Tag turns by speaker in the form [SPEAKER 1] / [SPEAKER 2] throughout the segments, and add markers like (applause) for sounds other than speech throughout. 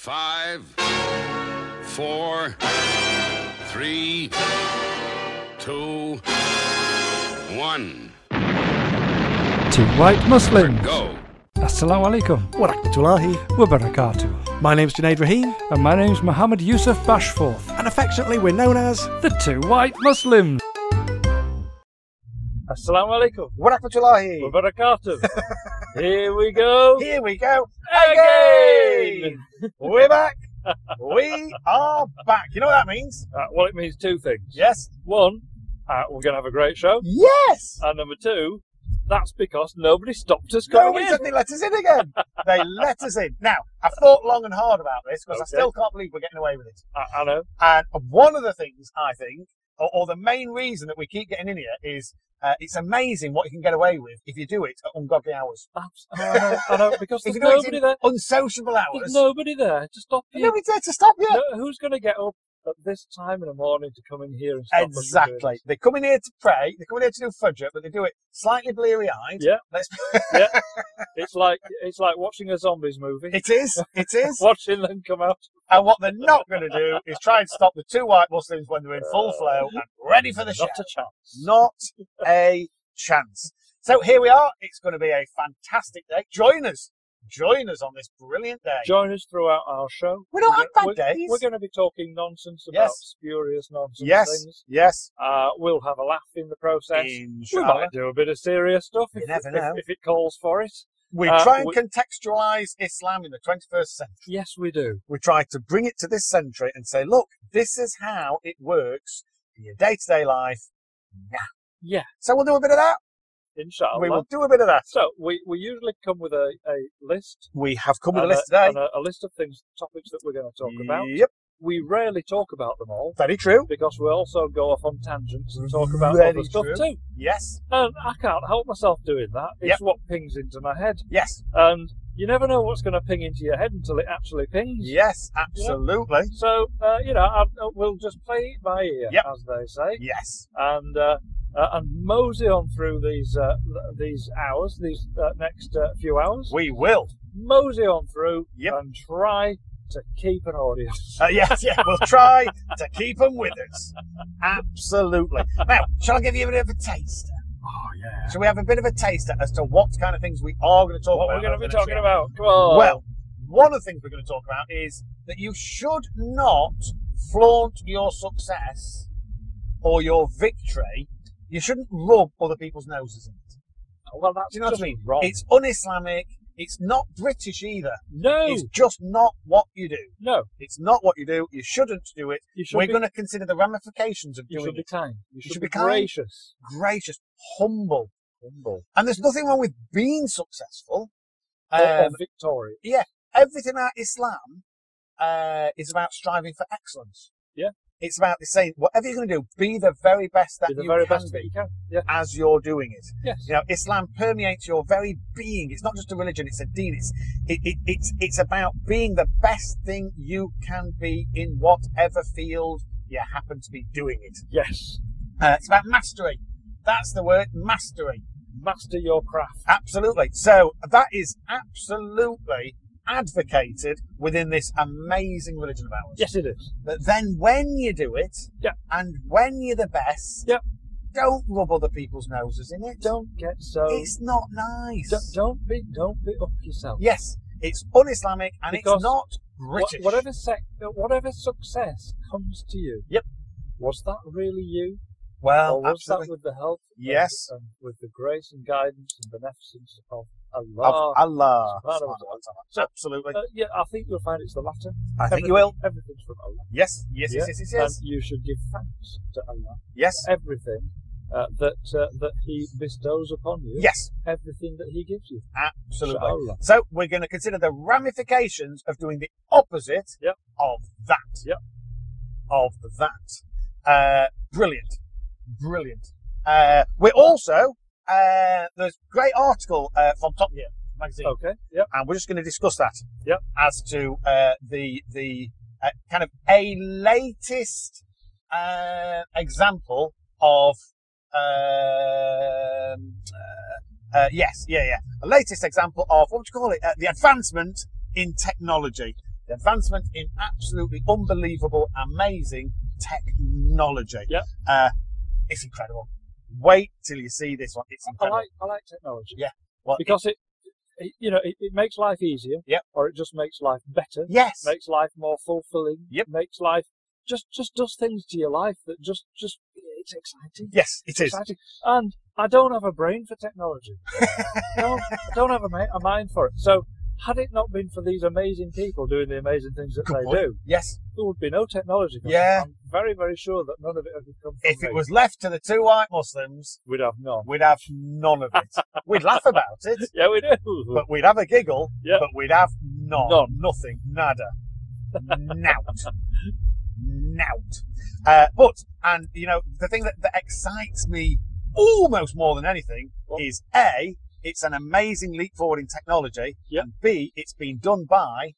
[SPEAKER 1] Five, four, three, two, one.
[SPEAKER 2] Two white Muslims.
[SPEAKER 1] Go.
[SPEAKER 2] Assalamu alaikum
[SPEAKER 3] Warakmatullahi.
[SPEAKER 2] wa barakatuh.
[SPEAKER 3] My name's Junaid Rahim,
[SPEAKER 2] And my name's Mohammed Yusuf Bashforth,
[SPEAKER 3] and affectionately we're known as
[SPEAKER 2] the two white Muslims. Assalamu alaikum
[SPEAKER 3] Warakmatullahi.
[SPEAKER 2] wa barakatuh. Here we go
[SPEAKER 3] Here we go
[SPEAKER 2] again.
[SPEAKER 3] We're back. we are back. You know what that means?
[SPEAKER 2] Uh, well, it means two things.
[SPEAKER 3] Yes. Uh,
[SPEAKER 2] One, uh, we're going to have a great show.
[SPEAKER 3] Yes.
[SPEAKER 2] And number two, that's because nobody stopped us going
[SPEAKER 3] Nobody
[SPEAKER 2] in.
[SPEAKER 3] said they let us in again. they let us in. Now, I've thought long and hard about this because I
[SPEAKER 2] Okay.
[SPEAKER 3] still can't believe we're getting away with it.
[SPEAKER 2] Uh, I, I know.
[SPEAKER 3] And one of the things I think, or, or the main reason that we keep getting in here is uh, it's amazing what you can get away with if you do it at ungodly hours.
[SPEAKER 2] Abs- I know. I know.
[SPEAKER 3] (laughs)
[SPEAKER 2] Because there's
[SPEAKER 3] If you know it's
[SPEAKER 2] nobody
[SPEAKER 3] in-
[SPEAKER 2] there.
[SPEAKER 3] Unsociable hours.
[SPEAKER 2] There's nobody there to stop you.
[SPEAKER 3] Nobody's there to stop you.
[SPEAKER 2] No, who's going to get up at this time in the morning to come in here and stop us from doing
[SPEAKER 3] Exactly. They come in here to pray. They come in here to do fudge up, but they do it slightly bleary eyed.
[SPEAKER 2] Yeah.
[SPEAKER 3] Let's.
[SPEAKER 2] this? It's like it's like watching a zombies movie.
[SPEAKER 3] it is. It is.
[SPEAKER 2] (laughs) watching them come out.
[SPEAKER 3] and what they're not going to do is try and stop the two white Muslims when they're in full flow and ready for the show.
[SPEAKER 2] Not a chance.
[SPEAKER 3] Not a chance. So here we are. It's going to be a fantastic day. Join us. Join us on this brilliant day.
[SPEAKER 2] Join us throughout our show.
[SPEAKER 3] We're not on bad
[SPEAKER 2] we're,
[SPEAKER 3] days.
[SPEAKER 2] We're going to be talking nonsense about
[SPEAKER 3] Yes.
[SPEAKER 2] spurious nonsense
[SPEAKER 3] yes.
[SPEAKER 2] things.
[SPEAKER 3] Yes.
[SPEAKER 2] Uh, we'll have a laugh in the process. We
[SPEAKER 3] Inshallah.
[SPEAKER 2] might do a bit of serious stuff
[SPEAKER 3] You
[SPEAKER 2] if,
[SPEAKER 3] never
[SPEAKER 2] if-
[SPEAKER 3] know.
[SPEAKER 2] if it calls for it.
[SPEAKER 3] We
[SPEAKER 2] Uh,
[SPEAKER 3] try and
[SPEAKER 2] we-
[SPEAKER 3] contextualize Islam in the 21st century.
[SPEAKER 2] Yes, we do.
[SPEAKER 3] we try to bring it to this century and say, look, this is how it works in your day to day life now.
[SPEAKER 2] Yeah.
[SPEAKER 3] So we'll do a bit of that.
[SPEAKER 2] Inshallah.
[SPEAKER 3] we will do a bit of that.
[SPEAKER 2] So we, we usually come with a, a list.
[SPEAKER 3] We have come with a
[SPEAKER 2] and
[SPEAKER 3] list today.
[SPEAKER 2] and a, a list of things, topics that we're going to uh, talk about.
[SPEAKER 3] Yep,
[SPEAKER 2] we rarely talk about them all
[SPEAKER 3] very true.
[SPEAKER 2] because we also go off on tangents and talk about
[SPEAKER 3] Very
[SPEAKER 2] other stuff
[SPEAKER 3] true.
[SPEAKER 2] too.
[SPEAKER 3] Yes,
[SPEAKER 2] And I can't help myself doing that. It's
[SPEAKER 3] Yep.
[SPEAKER 2] what pings into my head.
[SPEAKER 3] yes,
[SPEAKER 2] And you never know what's going to ping into your head until it actually pings.
[SPEAKER 3] yes, absolutely.
[SPEAKER 2] So, uh, you know, I, I- we'll just play it by ear,
[SPEAKER 3] Yep.
[SPEAKER 2] as they say,
[SPEAKER 3] Yes,
[SPEAKER 2] and uh, uh, and mosey on through these uh, th- these hours, these uh, next uh, few hours.
[SPEAKER 3] we will.
[SPEAKER 2] mosey on through
[SPEAKER 3] Yep.
[SPEAKER 2] and try to keep an audience.
[SPEAKER 3] Uh, yes, yeah, we'll try to keep them with us. Absolutely. Now, shall I give you a bit of a taster?
[SPEAKER 2] Oh, yeah.
[SPEAKER 3] Shall we have a bit of a taster as to what kind of things we are going to
[SPEAKER 2] (laughs)
[SPEAKER 3] talk
[SPEAKER 2] What
[SPEAKER 3] about?
[SPEAKER 2] we're going
[SPEAKER 3] over
[SPEAKER 2] to be
[SPEAKER 3] the next
[SPEAKER 2] talking
[SPEAKER 3] few
[SPEAKER 2] about. Come on.
[SPEAKER 3] Well, one of the things we're going to talk about is that you should not flaunt your success or your victory. You shouldn't rub other people's noses in it.
[SPEAKER 2] Well, that's
[SPEAKER 3] Do you know what I
[SPEAKER 2] just
[SPEAKER 3] mean?
[SPEAKER 2] wrong.
[SPEAKER 3] It's un Islamic. It's not British either.
[SPEAKER 2] no,
[SPEAKER 3] It's just not what you do.
[SPEAKER 2] no.
[SPEAKER 3] It's not what you do. You shouldn't do it.
[SPEAKER 2] You should
[SPEAKER 3] we're
[SPEAKER 2] be,
[SPEAKER 3] going to consider the ramifications of
[SPEAKER 2] You should
[SPEAKER 3] doing
[SPEAKER 2] be
[SPEAKER 3] it.
[SPEAKER 2] kind. You should,
[SPEAKER 3] should
[SPEAKER 2] be,
[SPEAKER 3] be kind.
[SPEAKER 2] gracious.
[SPEAKER 3] Gracious, humble.
[SPEAKER 2] Humble.
[SPEAKER 3] And there's nothing wrong with being successful.
[SPEAKER 2] Or, or
[SPEAKER 3] Um,
[SPEAKER 2] victorious.
[SPEAKER 3] everything about Islam uh, is about striving for excellence.
[SPEAKER 2] Yeah.
[SPEAKER 3] It's about the saying, whatever you're going to do, be the very best that
[SPEAKER 2] Be the
[SPEAKER 3] you
[SPEAKER 2] very
[SPEAKER 3] can
[SPEAKER 2] best that you
[SPEAKER 3] be
[SPEAKER 2] can. Yeah.
[SPEAKER 3] as you're doing it.
[SPEAKER 2] Yes.
[SPEAKER 3] You know, Islam permeates your very being. It's not just a religion; it's a deen. It's it, it, it's it's about being the best thing you can be in whatever field you happen to be doing it.
[SPEAKER 2] Yes.
[SPEAKER 3] Uh, it's about mastery. That's the word, mastery.
[SPEAKER 2] Master your craft.
[SPEAKER 3] Absolutely. So that is absolutely advocated within this amazing religion of ours.
[SPEAKER 2] Yes, it is.
[SPEAKER 3] But then when you do it,
[SPEAKER 2] Yeah.
[SPEAKER 3] and when you're the best,
[SPEAKER 2] Yeah.
[SPEAKER 3] don't rub other people's noses in it.
[SPEAKER 2] Don't get so.
[SPEAKER 3] It's not nice.
[SPEAKER 2] Don't, don't be. Don't be up yourself.
[SPEAKER 3] Yes, it's un-Islamic and
[SPEAKER 2] Because
[SPEAKER 3] it's not
[SPEAKER 2] Wha-
[SPEAKER 3] British.
[SPEAKER 2] whatever sec, whatever success comes to you.
[SPEAKER 3] Yep.
[SPEAKER 2] Was that really you? or
[SPEAKER 3] Well,
[SPEAKER 2] was
[SPEAKER 3] absolutely.
[SPEAKER 2] Oh, that with the help? and-
[SPEAKER 3] Yes.
[SPEAKER 2] And, with the grace and guidance and beneficence of
[SPEAKER 3] Of
[SPEAKER 2] Allah.
[SPEAKER 3] Allah.
[SPEAKER 2] Subhanahu wa So,
[SPEAKER 3] Absolutely.
[SPEAKER 2] Uh, yeah, I think you'll find it's the latter.
[SPEAKER 3] I think
[SPEAKER 2] Everything-
[SPEAKER 3] you will.
[SPEAKER 2] Everything's from Allah.
[SPEAKER 3] Yes, yes,
[SPEAKER 2] Yeah.
[SPEAKER 3] yes, yes, yes, yes.
[SPEAKER 2] And you should give thanks to Allah
[SPEAKER 3] Yes,
[SPEAKER 2] for everything uh, that uh, that He bestows upon you.
[SPEAKER 3] yes,
[SPEAKER 2] Everything that He gives you.
[SPEAKER 3] absolutely.
[SPEAKER 2] Inshallah.
[SPEAKER 3] So we're going to consider the ramifications of doing the opposite
[SPEAKER 2] Yep.
[SPEAKER 3] of that.
[SPEAKER 2] Yep.
[SPEAKER 3] Of that. Uh, brilliant. Brilliant. Uh, we're also, uh, there's a great article uh, from Top Gear magazine,
[SPEAKER 2] Okay. Yep.
[SPEAKER 3] and we're just going to discuss that.
[SPEAKER 2] Yep.
[SPEAKER 3] As to uh, the the uh, kind of a latest uh, example of. Um, uh, uh, yes, yeah, yeah. A latest example of what would you call it? Uh, the advancement in technology. advancement in absolutely unbelievable, amazing technology.
[SPEAKER 2] Yep.
[SPEAKER 3] Uh, it's incredible. Wait till you see this one. It's
[SPEAKER 2] I
[SPEAKER 3] incredible.
[SPEAKER 2] like I like technology
[SPEAKER 3] Well, it-
[SPEAKER 2] because it, it you know it, it makes life easier.
[SPEAKER 3] Yep.
[SPEAKER 2] Or it just makes life better.
[SPEAKER 3] yes.
[SPEAKER 2] Makes life more fulfilling.
[SPEAKER 3] Yep.
[SPEAKER 2] Makes life just just does things to your life that just just it's exciting.
[SPEAKER 3] Yes, it is.
[SPEAKER 2] exciting. And I don't have a brain for technology. (laughs) no, I don't have a, ma- a mind for it. So had it not been for these amazing people doing the amazing things that
[SPEAKER 3] Good
[SPEAKER 2] they
[SPEAKER 3] point.
[SPEAKER 2] do,
[SPEAKER 3] Yes.
[SPEAKER 2] there would be no technology. for it.
[SPEAKER 3] Yeah.
[SPEAKER 2] I'm very very sure that none of it would come from
[SPEAKER 3] If it
[SPEAKER 2] me.
[SPEAKER 3] was left to the two white Muslims,
[SPEAKER 2] we'd have none.
[SPEAKER 3] we'd have none of it. we'd laugh about it,
[SPEAKER 2] Yeah, we do. (laughs)
[SPEAKER 3] but we'd have a giggle,
[SPEAKER 2] Yeah.
[SPEAKER 3] but we'd have none.
[SPEAKER 2] None.
[SPEAKER 3] Nothing. Nada. Nout. Nout. Uh, but, and, you know, the thing that, that excites me almost more than anything
[SPEAKER 2] What?
[SPEAKER 3] is A, it's an amazing leap forward in technology,
[SPEAKER 2] Yeah.
[SPEAKER 3] and B, it's been done by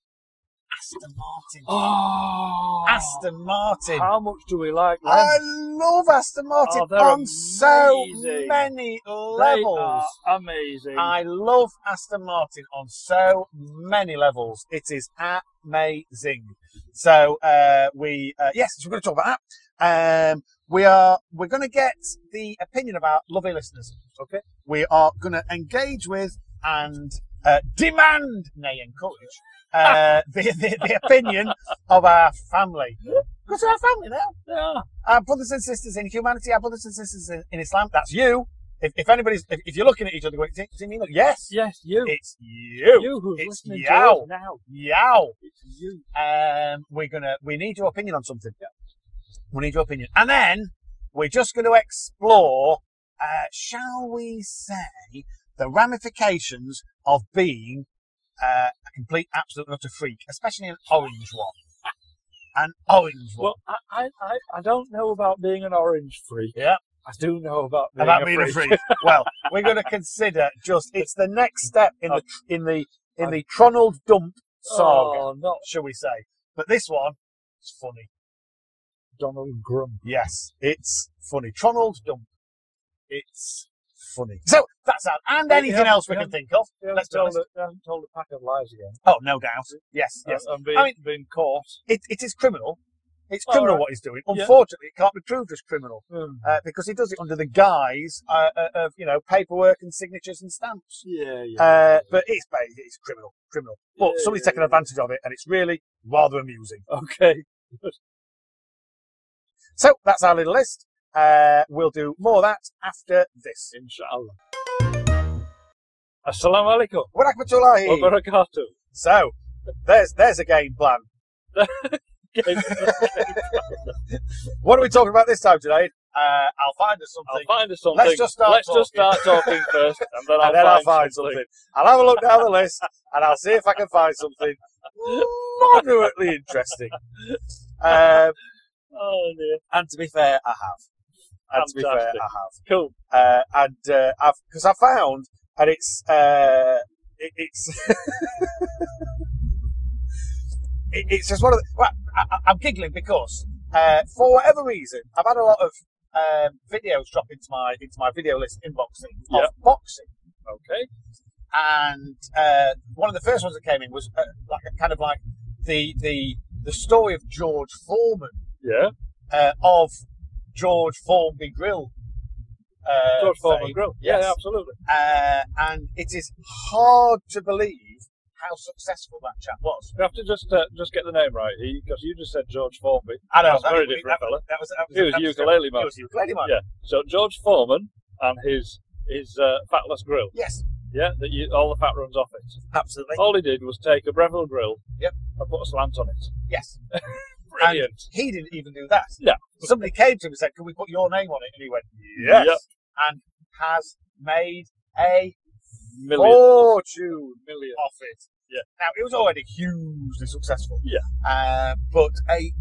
[SPEAKER 3] Aston Martin.
[SPEAKER 2] oh,
[SPEAKER 3] Aston Martin.
[SPEAKER 2] How much do we like them?
[SPEAKER 3] I love Aston Martin
[SPEAKER 2] Oh, they're
[SPEAKER 3] on so
[SPEAKER 2] amazing.
[SPEAKER 3] many
[SPEAKER 2] they
[SPEAKER 3] levels.
[SPEAKER 2] are amazing.
[SPEAKER 3] I love Aston Martin on so many levels. It is amazing. So uh, we uh, yes, so we're going to talk about that. Um, we are we're going to get the opinion of our lovely listeners.
[SPEAKER 2] Okay.
[SPEAKER 3] We are going to engage with and uh, demand, nay, encourage uh, (laughs) the, the the opinion of our family. Because our family now
[SPEAKER 2] They are.
[SPEAKER 3] our brothers and sisters in humanity, our brothers and sisters in, in Islam. That's you. If, if anybody's, if, if you're looking at each other, going, "Do you- do you mean that?" Yes,
[SPEAKER 2] Yes, you.
[SPEAKER 3] it's you.
[SPEAKER 2] you who's
[SPEAKER 3] It's
[SPEAKER 2] listening to
[SPEAKER 3] yow.
[SPEAKER 2] us now.
[SPEAKER 3] Yow.
[SPEAKER 2] It's you.
[SPEAKER 3] Um, we're gonna, we need your opinion on something. We need your opinion, and then we're just going to explore, uh, shall we say, the ramifications of being uh, a complete, absolute, utter freak, especially an orange one. An orange one.
[SPEAKER 2] Well, I, I, I, I don't know about being an orange freak.
[SPEAKER 3] Yeah.
[SPEAKER 2] I do know about being
[SPEAKER 3] about
[SPEAKER 2] a
[SPEAKER 3] being
[SPEAKER 2] freak.
[SPEAKER 3] a freak. well, we're going to consider just it's the next step in the in the in the Tronald Dump saga,
[SPEAKER 2] (laughs) Oh, not
[SPEAKER 3] shall we say? But this one, it's funny.
[SPEAKER 2] Donald Grum.
[SPEAKER 3] Yes, it's funny. Tronald Dump. It's funny. So that's that. And anything
[SPEAKER 2] Yeah,
[SPEAKER 3] else we
[SPEAKER 2] yeah.
[SPEAKER 3] can think of?
[SPEAKER 2] They haven't
[SPEAKER 3] Let's be
[SPEAKER 2] told,
[SPEAKER 3] honest.
[SPEAKER 2] a, they haven't told a pack of lies again. Uh,
[SPEAKER 3] Oh, no doubt. Yes, yes.
[SPEAKER 2] And being,
[SPEAKER 3] I mean-
[SPEAKER 2] being caught.
[SPEAKER 3] It, it is criminal. It's
[SPEAKER 2] All
[SPEAKER 3] criminal
[SPEAKER 2] right.
[SPEAKER 3] what he's doing.
[SPEAKER 2] Yeah.
[SPEAKER 3] Unfortunately, it can't be proved as criminal
[SPEAKER 2] Hmm.
[SPEAKER 3] uh, because he does it under the guise uh, uh, of you know paperwork and signatures and stamps.
[SPEAKER 2] Yeah, yeah.
[SPEAKER 3] Uh, but it's ba- it's criminal, criminal. But
[SPEAKER 2] Yeah,
[SPEAKER 3] somebody's
[SPEAKER 2] yeah,
[SPEAKER 3] taken
[SPEAKER 2] yeah.
[SPEAKER 3] advantage of it, and it's really rather amusing.
[SPEAKER 2] (laughs) okay.
[SPEAKER 3] So that's our little list. Uh, we'll do more of that after this.
[SPEAKER 2] Inshallah. Assalamu alaikum.
[SPEAKER 3] Wa rahmatullahi.
[SPEAKER 2] Wa
[SPEAKER 3] (laughs)
[SPEAKER 2] barakatuh.
[SPEAKER 3] So there's there's a game plan. What are we talking about this time, Janaid? Uh, I'll find us
[SPEAKER 2] I'll
[SPEAKER 3] something.
[SPEAKER 2] find us something.
[SPEAKER 3] Let's just start
[SPEAKER 2] Let's just
[SPEAKER 3] talking.
[SPEAKER 2] start talking first, and then,
[SPEAKER 3] And
[SPEAKER 2] I'll,
[SPEAKER 3] then
[SPEAKER 2] find
[SPEAKER 3] I'll find
[SPEAKER 2] something.
[SPEAKER 3] something. I'll have a look down the list and I'll see if I can find something moderately interesting. Um,
[SPEAKER 2] Oh dear.
[SPEAKER 3] and to be fair, I have. And to be fair,
[SPEAKER 2] Fantastic.
[SPEAKER 3] I have.
[SPEAKER 2] Cool.
[SPEAKER 3] uh, and uh, I've because I found and it's uh, it, it's (laughs) it, it's just one of the. Well, I, I- I'm giggling because uh, for whatever reason I've had a lot of um, videos drop into my into my video list inbox thing of
[SPEAKER 2] Yep.
[SPEAKER 3] boxing,
[SPEAKER 2] Okay.
[SPEAKER 3] and uh, one of the first ones that came in was uh, like a kind of like the the the story of George Foreman
[SPEAKER 2] Yeah.
[SPEAKER 3] uh, of George Formby Grill. Uh,
[SPEAKER 2] George Foreman
[SPEAKER 3] fame.
[SPEAKER 2] Grill.
[SPEAKER 3] Yes.
[SPEAKER 2] Yeah, absolutely.
[SPEAKER 3] Uh, and it is hard to believe how successful that chap was.
[SPEAKER 2] We have to just uh, just get the name right because you just said George Formby.
[SPEAKER 3] I
[SPEAKER 2] That's very different
[SPEAKER 3] That,
[SPEAKER 2] fella.
[SPEAKER 3] that was that was
[SPEAKER 2] He was
[SPEAKER 3] that
[SPEAKER 2] a ukulele
[SPEAKER 3] He
[SPEAKER 2] man.
[SPEAKER 3] was a ukulele man.
[SPEAKER 2] Yeah. So George Foreman and his his uh, fatless grill.
[SPEAKER 3] Yes,
[SPEAKER 2] Yeah. That you, all the fat runs off it.
[SPEAKER 3] absolutely.
[SPEAKER 2] All he did was take a Breville grill.
[SPEAKER 3] Yep.
[SPEAKER 2] And put a slant on it.
[SPEAKER 3] Yes,
[SPEAKER 2] Brilliant.
[SPEAKER 3] he didn't even do that.
[SPEAKER 2] No.
[SPEAKER 3] Somebody came to him and said, "Can we put your name on it?" And he went, "Yes,"
[SPEAKER 2] Yep.
[SPEAKER 3] and has made a
[SPEAKER 2] Million.
[SPEAKER 3] fortune
[SPEAKER 2] Million.
[SPEAKER 3] off it.
[SPEAKER 2] Yeah.
[SPEAKER 3] Now it was already hugely successful.
[SPEAKER 2] Yeah.
[SPEAKER 3] Uh, but a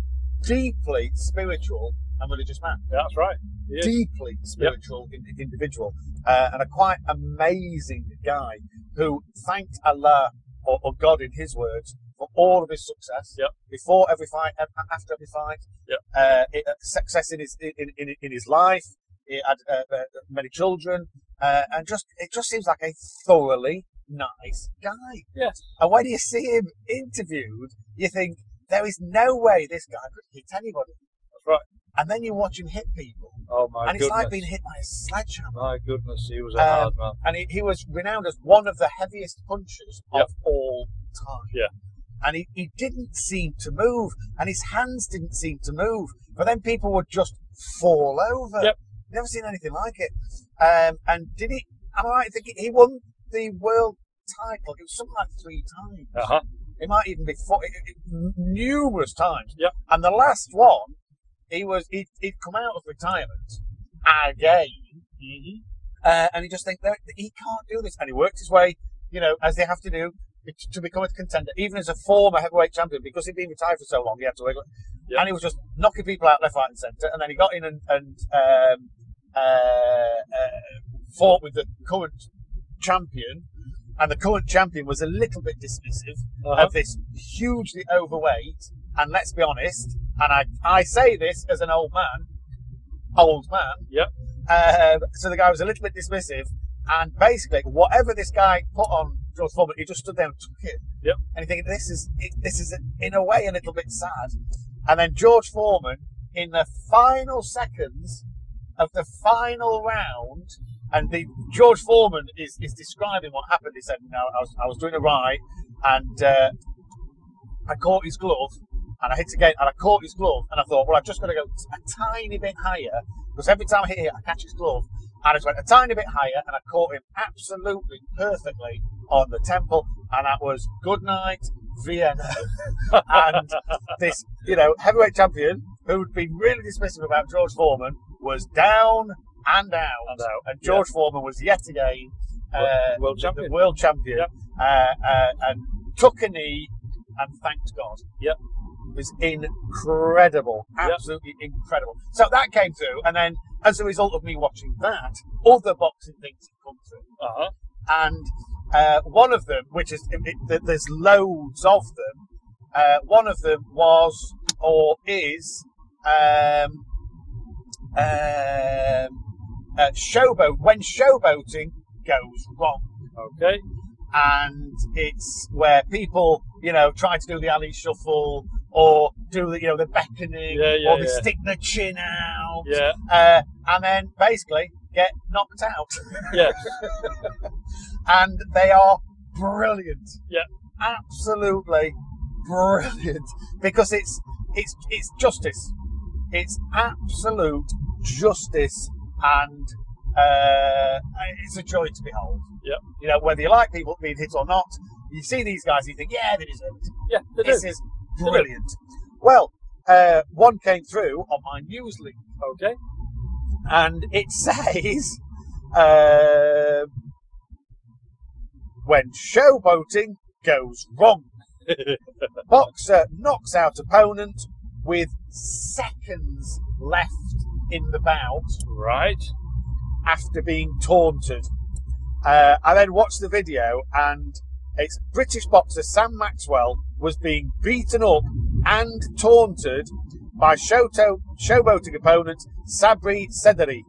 [SPEAKER 3] deeply spiritual and religious man.
[SPEAKER 2] Yeah, that's right. He is.
[SPEAKER 3] deeply spiritual in- individual uh, and a quite amazing guy who thanked Allah or, or God in his words for all of his success
[SPEAKER 2] Yep.
[SPEAKER 3] before every fight, a- a- after every fight,
[SPEAKER 2] Yep.
[SPEAKER 3] uh, it- uh, success in his in, in, in his life. He had uh, uh, many children, uh, and just it just seems like a thoroughly nice guy.
[SPEAKER 2] Yes.
[SPEAKER 3] And when you see him interviewed, you think there is no way this guy could hit anybody.
[SPEAKER 2] That's right.
[SPEAKER 3] And then you watch him hit people,
[SPEAKER 2] Oh my
[SPEAKER 3] and it's
[SPEAKER 2] goodness.
[SPEAKER 3] like being hit by a sledgehammer.
[SPEAKER 2] My goodness, he was a
[SPEAKER 3] Um,
[SPEAKER 2] hard man.
[SPEAKER 3] And he, he was renowned as one of the heaviest punchers
[SPEAKER 2] Yep.
[SPEAKER 3] of all time.
[SPEAKER 2] Yeah.
[SPEAKER 3] And he, he didn't seem to move, and his hands didn't seem to move. But then people would just fall over.
[SPEAKER 2] Yep.
[SPEAKER 3] Never seen anything like it. Um, and did he? Am I right? in thinking he won the world title. It was something like three times.
[SPEAKER 2] Uh huh.
[SPEAKER 3] It might even be four, it- it- n- numerous times.
[SPEAKER 2] Yep.
[SPEAKER 3] And the last one, he was he he'd come out of retirement again
[SPEAKER 2] Mm-hmm.
[SPEAKER 3] uh, and he just think that he can't do this, and he worked his way, you know, as they have to do to become a contender, even as a former heavyweight champion, because he'd been retired for so long, he had to wiggle,
[SPEAKER 2] Yeah.
[SPEAKER 3] and he was just knocking people out left, right, and centre, and then he got in and, and um, uh, uh, fought with the current champion, and the current champion was a little bit dismissive
[SPEAKER 2] Uh-huh.
[SPEAKER 3] of this Uh, hugely overweight, and let's be honest, and I, I say this as an old man, old man.
[SPEAKER 2] Yep.
[SPEAKER 3] Um, so the guy was a little bit dismissive, and basically, whatever this guy put on George Foreman, he just stood there and took it.
[SPEAKER 2] Yep.
[SPEAKER 3] And you think this is this is in a way a little bit sad, and then George Foreman in the final seconds of the final round, and the George Foreman is, is describing what happened. He said, "No, I was, I was doing a right, and uh, I caught his glove, and I hit again, and I caught his glove, and I thought, well, I'm just going to go a tiny bit higher because every time I hit it, I catch his glove." And I just went a tiny bit higher, and I caught him absolutely perfectly on the temple, and that was good night, Vienna. (laughs) and this, you know, heavyweight champion who'd been really dismissive about George Foreman was down and out.
[SPEAKER 2] And out,
[SPEAKER 3] And George Foreman was yet again uh,
[SPEAKER 2] World- world
[SPEAKER 3] the-
[SPEAKER 2] champion.
[SPEAKER 3] The world champion
[SPEAKER 2] Yep.
[SPEAKER 3] uh, uh, and took a knee and thanked God.
[SPEAKER 2] Yep.
[SPEAKER 3] It was incredible,
[SPEAKER 2] Yep.
[SPEAKER 3] absolutely incredible. So that came through, and then as a result of me watching that, other boxing things have come through
[SPEAKER 2] Uh huh.
[SPEAKER 3] and uh, one of them, which is it, it, there's loads of them. Uh, one of them was or is um, um, uh, showboat when showboating goes wrong,
[SPEAKER 2] Okay.
[SPEAKER 3] and it's where people you know try to do the alley shuffle or do the you know the beckoning
[SPEAKER 2] Yeah, yeah,
[SPEAKER 3] or they
[SPEAKER 2] yeah.
[SPEAKER 3] stick their chin out,
[SPEAKER 2] Yeah.
[SPEAKER 3] uh, and then basically get knocked out
[SPEAKER 2] Yes.
[SPEAKER 3] and they are brilliant.
[SPEAKER 2] Yeah.
[SPEAKER 3] Absolutely brilliant because it's it's it's justice. It's absolute justice and uh, it's a joy to behold.
[SPEAKER 2] Yeah.
[SPEAKER 3] You know, whether you like people being hit or not, you see these guys, you think, yeah, they deserve it.
[SPEAKER 2] Yeah. They do.
[SPEAKER 3] This is brilliant. Well, uh, one came through on my news link
[SPEAKER 2] Okay.
[SPEAKER 3] and it (laughs) says uh, when showboating goes wrong, boxer knocks out opponent with seconds left in the bout
[SPEAKER 2] right.
[SPEAKER 3] after being taunted. Uh, I then watched the video, and it's British boxer Sam Maxwell was being beaten up and taunted by showto- showboating opponent Sabri Sederi.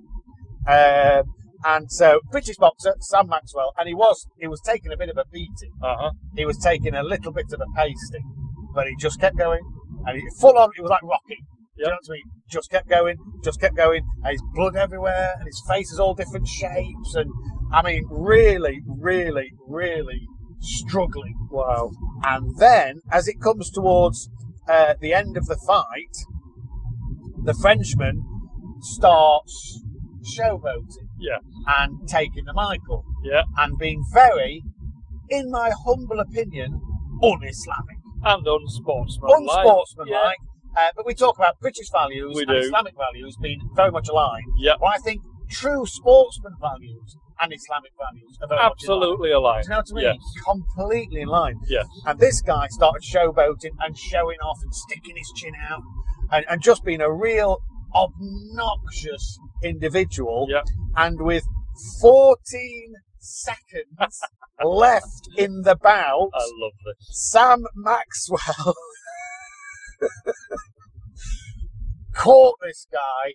[SPEAKER 3] Um, and so British boxer Sam Maxwell, and he was he was taking a bit of a beating.
[SPEAKER 2] Uh huh.
[SPEAKER 3] He was taking a little bit of a pasting, but he just kept going. And he, full on, it was like Rocky. You
[SPEAKER 2] Yep.
[SPEAKER 3] know what I mean? Just kept going, just kept going. And his blood everywhere, and his face is all different shapes. And I mean, really, really, really struggling.
[SPEAKER 2] Wow.
[SPEAKER 3] And then, as it comes towards uh, the end of the fight, the Frenchman starts showboating
[SPEAKER 2] Yeah.
[SPEAKER 3] and taking the Michael
[SPEAKER 2] Yeah.
[SPEAKER 3] and being very, in my humble opinion, un-Islamic,
[SPEAKER 2] And unsportsmanlike.
[SPEAKER 3] unsportsmanlike. Uh, but we talk about British values
[SPEAKER 2] We
[SPEAKER 3] and
[SPEAKER 2] do.
[SPEAKER 3] Islamic values being very much aligned.
[SPEAKER 2] Yeah.
[SPEAKER 3] Well, I think true sportsman values and Islamic values are very
[SPEAKER 2] Oh, yeah. Absolutely aligned.
[SPEAKER 3] Much aligned. Do you know what I mean?
[SPEAKER 2] Yes.
[SPEAKER 3] Completely in line.
[SPEAKER 2] Yes.
[SPEAKER 3] And this guy started showboating and showing off and sticking his chin out and, and just being a real obnoxious individual.
[SPEAKER 2] Yeah.
[SPEAKER 3] And with 14 seconds
[SPEAKER 2] (laughs)
[SPEAKER 3] left in the bout,
[SPEAKER 2] I love this.
[SPEAKER 3] Sam Maxwell (laughs) caught this guy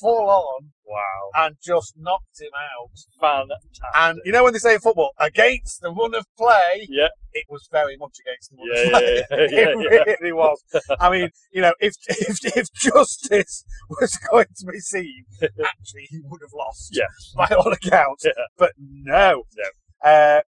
[SPEAKER 3] full on
[SPEAKER 2] Wow.
[SPEAKER 3] and just knocked him out.
[SPEAKER 2] Fantastic.
[SPEAKER 3] And you know when they say in football, against the run of play,
[SPEAKER 2] Yeah.
[SPEAKER 3] it was very much against the run
[SPEAKER 2] Yeah,
[SPEAKER 3] of play.
[SPEAKER 2] yeah, yeah, (laughs) yeah, yeah.
[SPEAKER 3] (laughs) it really was. I mean, you know, if, (laughs) if if justice was (laughs) going to
[SPEAKER 2] (laughs)
[SPEAKER 3] be seen, actually he would have lost
[SPEAKER 2] Yeah.
[SPEAKER 3] by all accounts.
[SPEAKER 2] Yeah.
[SPEAKER 3] But no, no. Uh,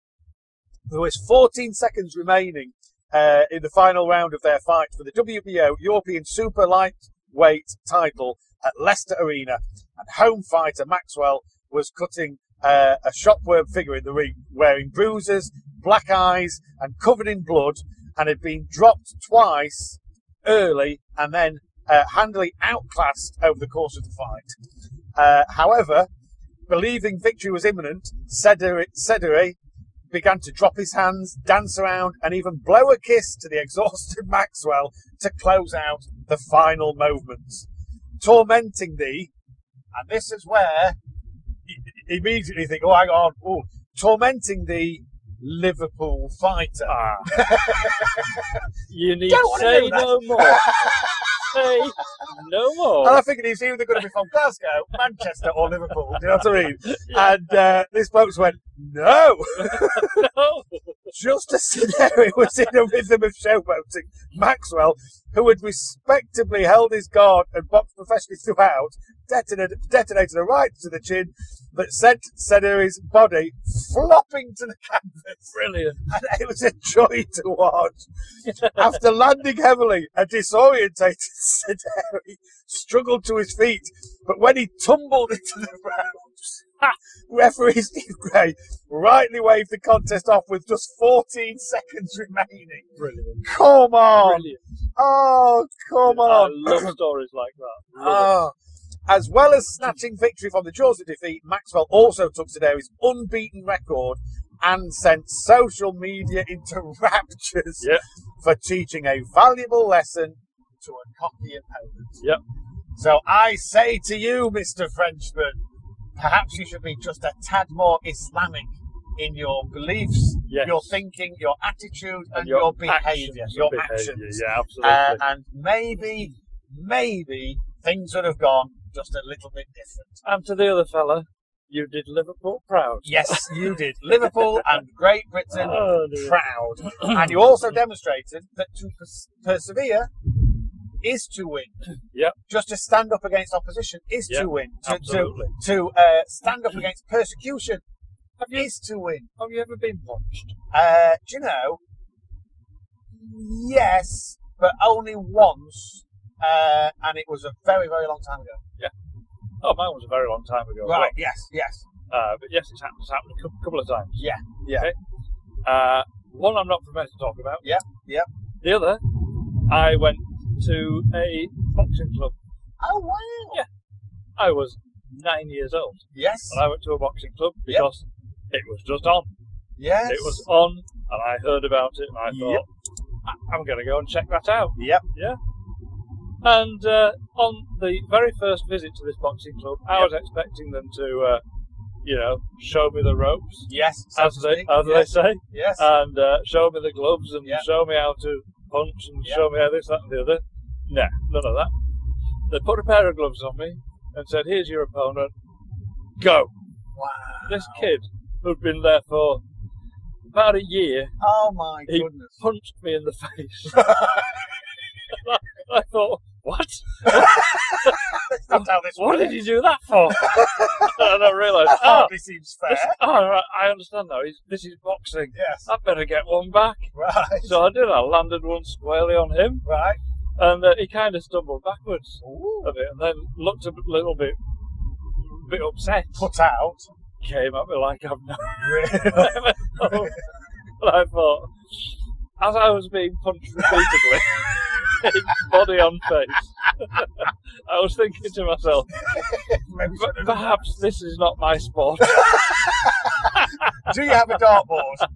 [SPEAKER 3] there was 14 seconds remaining uh, in the final round of their fight for the WBO European Super Lightweight title at Leicester Arena, and home fighter Maxwell was cutting uh, a shopworm figure in the ring, wearing bruises, black eyes, and covered in blood, and had been dropped twice early and then uh, handily outclassed over the course of the fight. Uh, however, believing victory was imminent, Sedere Sedere began to drop his hands, dance around, and even blow a kiss to the exhausted (laughs) Maxwell to close out the final moments, tormenting thee. And this is where you immediately think, oh, hang on, oh, tormenting the Liverpool fighter.
[SPEAKER 2] You need
[SPEAKER 3] Don't wanna
[SPEAKER 2] say
[SPEAKER 3] do that.
[SPEAKER 2] no more. say no more.
[SPEAKER 3] And I figured he's either going to be from Glasgow, Manchester, or Liverpool. Do you know what I mean?
[SPEAKER 2] Yeah.
[SPEAKER 3] And uh, this bloke's went, no,
[SPEAKER 2] No.
[SPEAKER 3] just a (laughs) scenario was in a rhythm of showboating. Maxwell, who had respectably held his guard and boxed professionally throughout, detonated, detonated a right to the chin that sent Sederi's body flopping to the canvas.
[SPEAKER 2] Brilliant.
[SPEAKER 3] (laughs) and it was a joy to watch. After landing heavily, a disorientated (laughs) Sederi struggled to his feet, but when he tumbled into the ropes, referee Steve Gray rightly waved the contest off with just 14 (laughs) seconds remaining.
[SPEAKER 2] (laughs) Brilliant.
[SPEAKER 3] Come on!
[SPEAKER 2] Brilliant.
[SPEAKER 3] Oh, come on!
[SPEAKER 2] I love stories like that. Love it.
[SPEAKER 3] Ah. As well as snatching victory from the jaws of defeat, Maxwell also took today's unbeaten record and sent social media into (laughs) raptures
[SPEAKER 2] Yep.
[SPEAKER 3] for teaching a valuable lesson to a cocky opponent.
[SPEAKER 2] Yep.
[SPEAKER 3] So I say to you, Mr. Frenchman, perhaps you should be just a tad more Islamic in your beliefs,
[SPEAKER 2] Yes.
[SPEAKER 3] your thinking, your attitude, and,
[SPEAKER 2] And
[SPEAKER 3] your,
[SPEAKER 2] actions,
[SPEAKER 3] behaviour, your
[SPEAKER 2] behaviour.
[SPEAKER 3] actions.
[SPEAKER 2] Yeah, absolutely.
[SPEAKER 3] Uh, and maybe, maybe things would have gone just a little bit different.
[SPEAKER 2] and to the other fella, you did Liverpool proud.
[SPEAKER 3] Yes, you did. Liverpool and Great Britain
[SPEAKER 2] Oh, dear. (clears throat)
[SPEAKER 3] proud. And you also demonstrated that to pers- persevere is to win.
[SPEAKER 2] Yep.
[SPEAKER 3] Just to stand up against opposition is
[SPEAKER 2] Yep,
[SPEAKER 3] to win. To, to,
[SPEAKER 2] absolutely.
[SPEAKER 3] to uh, stand up against persecution is to win.
[SPEAKER 2] Have you ever been punched?
[SPEAKER 3] Uh, do you know? Yes, but only once, uh, and it was a very, very long time ago.
[SPEAKER 2] Oh, mine was a very long time ago. as
[SPEAKER 3] Right? Yes. Yes.
[SPEAKER 2] well. Uh, but yes, it's happened, it's happened a cou- couple of times.
[SPEAKER 3] Yeah.
[SPEAKER 2] Uh, one I'm not permitted to talk about.
[SPEAKER 3] Yeah, yeah.
[SPEAKER 2] The other, I went to a boxing club.
[SPEAKER 3] Oh wow.
[SPEAKER 2] Yeah. I was nine years old,
[SPEAKER 3] Yes.
[SPEAKER 2] and I went to a boxing club
[SPEAKER 3] Yep.
[SPEAKER 2] because it was just on.
[SPEAKER 3] Yes.
[SPEAKER 2] It was on, and I heard about it, and I thought,
[SPEAKER 3] Yep.
[SPEAKER 2] "I- I'm going to go and check that out.
[SPEAKER 3] Yep.
[SPEAKER 2] And uh, on the very first visit to this boxing club, I
[SPEAKER 3] Yep.
[SPEAKER 2] was expecting them to, uh, you know, show me the ropes,
[SPEAKER 3] Yes. so
[SPEAKER 2] as
[SPEAKER 3] to
[SPEAKER 2] they,
[SPEAKER 3] speak.
[SPEAKER 2] as
[SPEAKER 3] yes.
[SPEAKER 2] they say,
[SPEAKER 3] Yes.
[SPEAKER 2] and uh, show me the gloves and
[SPEAKER 3] Yep.
[SPEAKER 2] show me how to punch and
[SPEAKER 3] Yep.
[SPEAKER 2] show me how this, that, and the other. No, none of that. They put a pair of gloves on me and said, "Here's your opponent. Go."
[SPEAKER 3] wow.
[SPEAKER 2] This kid who'd been there for about a year
[SPEAKER 3] Oh my
[SPEAKER 2] He-
[SPEAKER 3] goodness.
[SPEAKER 2] punched me in the (laughs) face. I thought, what?
[SPEAKER 3] That's how this
[SPEAKER 2] What
[SPEAKER 3] works.
[SPEAKER 2] did you do that for? and I realised,
[SPEAKER 3] (laughs) That
[SPEAKER 2] oh,
[SPEAKER 3] hardly seems fair.
[SPEAKER 2] this, oh, right, I understand now. He's, this is boxing.
[SPEAKER 3] Yes.
[SPEAKER 2] I better get one back.
[SPEAKER 3] Right.
[SPEAKER 2] So I did. I landed one squarely on him,
[SPEAKER 3] Right.
[SPEAKER 2] and uh, he kind of stumbled backwards
[SPEAKER 3] Ooh.
[SPEAKER 2] a bit, and then looked a little bit, bit upset.
[SPEAKER 3] Put
[SPEAKER 2] (laughs)
[SPEAKER 3] out.
[SPEAKER 2] Came at me like I've never
[SPEAKER 3] Really?
[SPEAKER 2] known. and (laughs) I thought, as I was being punched repeatedly, (laughs) body on face, (laughs) I was thinking to myself, But perhaps this is not my
[SPEAKER 3] (laughs)
[SPEAKER 2] sport.
[SPEAKER 3] do you have a dartboard?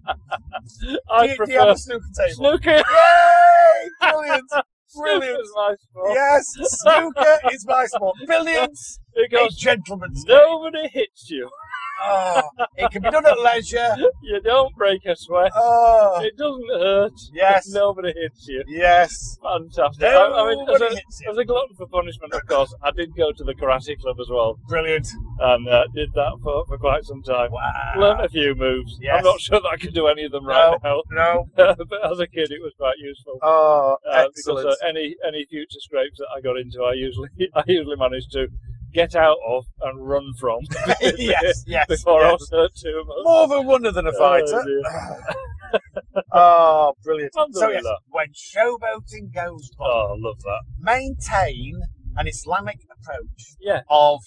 [SPEAKER 3] do,
[SPEAKER 2] I
[SPEAKER 3] you, do you have
[SPEAKER 2] prefer
[SPEAKER 3] a snooker table?
[SPEAKER 2] snooker. (laughs)
[SPEAKER 3] Yay! Brilliant. Brilliant.
[SPEAKER 2] Snooker's my sport.
[SPEAKER 3] Yes,
[SPEAKER 2] (laughs)
[SPEAKER 3] snooker is my sport. Brilliant. A
[SPEAKER 2] Because (laughs)
[SPEAKER 3] gentleman's
[SPEAKER 2] nobody hits you. (laughs)
[SPEAKER 3] Oh, it can be done at leisure.
[SPEAKER 2] You don't break a sweat.
[SPEAKER 3] Oh,
[SPEAKER 2] (laughs) It doesn't hurt.
[SPEAKER 3] Yes.
[SPEAKER 2] (laughs) Nobody hits you.
[SPEAKER 3] yes.
[SPEAKER 2] Fantastic. I, I mean, as
[SPEAKER 3] Nobody
[SPEAKER 2] a,
[SPEAKER 3] hits it.
[SPEAKER 2] as a glutton for punishment, of course, I did go to the karate club as well
[SPEAKER 3] Brilliant.
[SPEAKER 2] and uh, did that for, for quite some time.
[SPEAKER 3] Wow.
[SPEAKER 2] Learned a few moves.
[SPEAKER 3] Yes.
[SPEAKER 2] I'm not sure that I could do any of them right
[SPEAKER 3] No.
[SPEAKER 2] now, (laughs) but as a kid, it was quite useful.
[SPEAKER 3] Oh,
[SPEAKER 2] Uh, because
[SPEAKER 3] excellent.
[SPEAKER 2] uh, any any future scrapes that I got into, I usually (laughs) I usually managed to get out of and run from (laughs)
[SPEAKER 3] (laughs) yes, yes.
[SPEAKER 2] before I
[SPEAKER 3] yes.
[SPEAKER 2] was hurt too much.
[SPEAKER 3] More of a wonder than a
[SPEAKER 2] Oh,
[SPEAKER 3] fighter. (laughs) Oh, brilliant. So, yes,
[SPEAKER 2] Alhamdulillah.
[SPEAKER 3] when showboating goes wrong,
[SPEAKER 2] Oh, I love that.
[SPEAKER 3] maintain an Islamic approach
[SPEAKER 2] Yeah.
[SPEAKER 3] of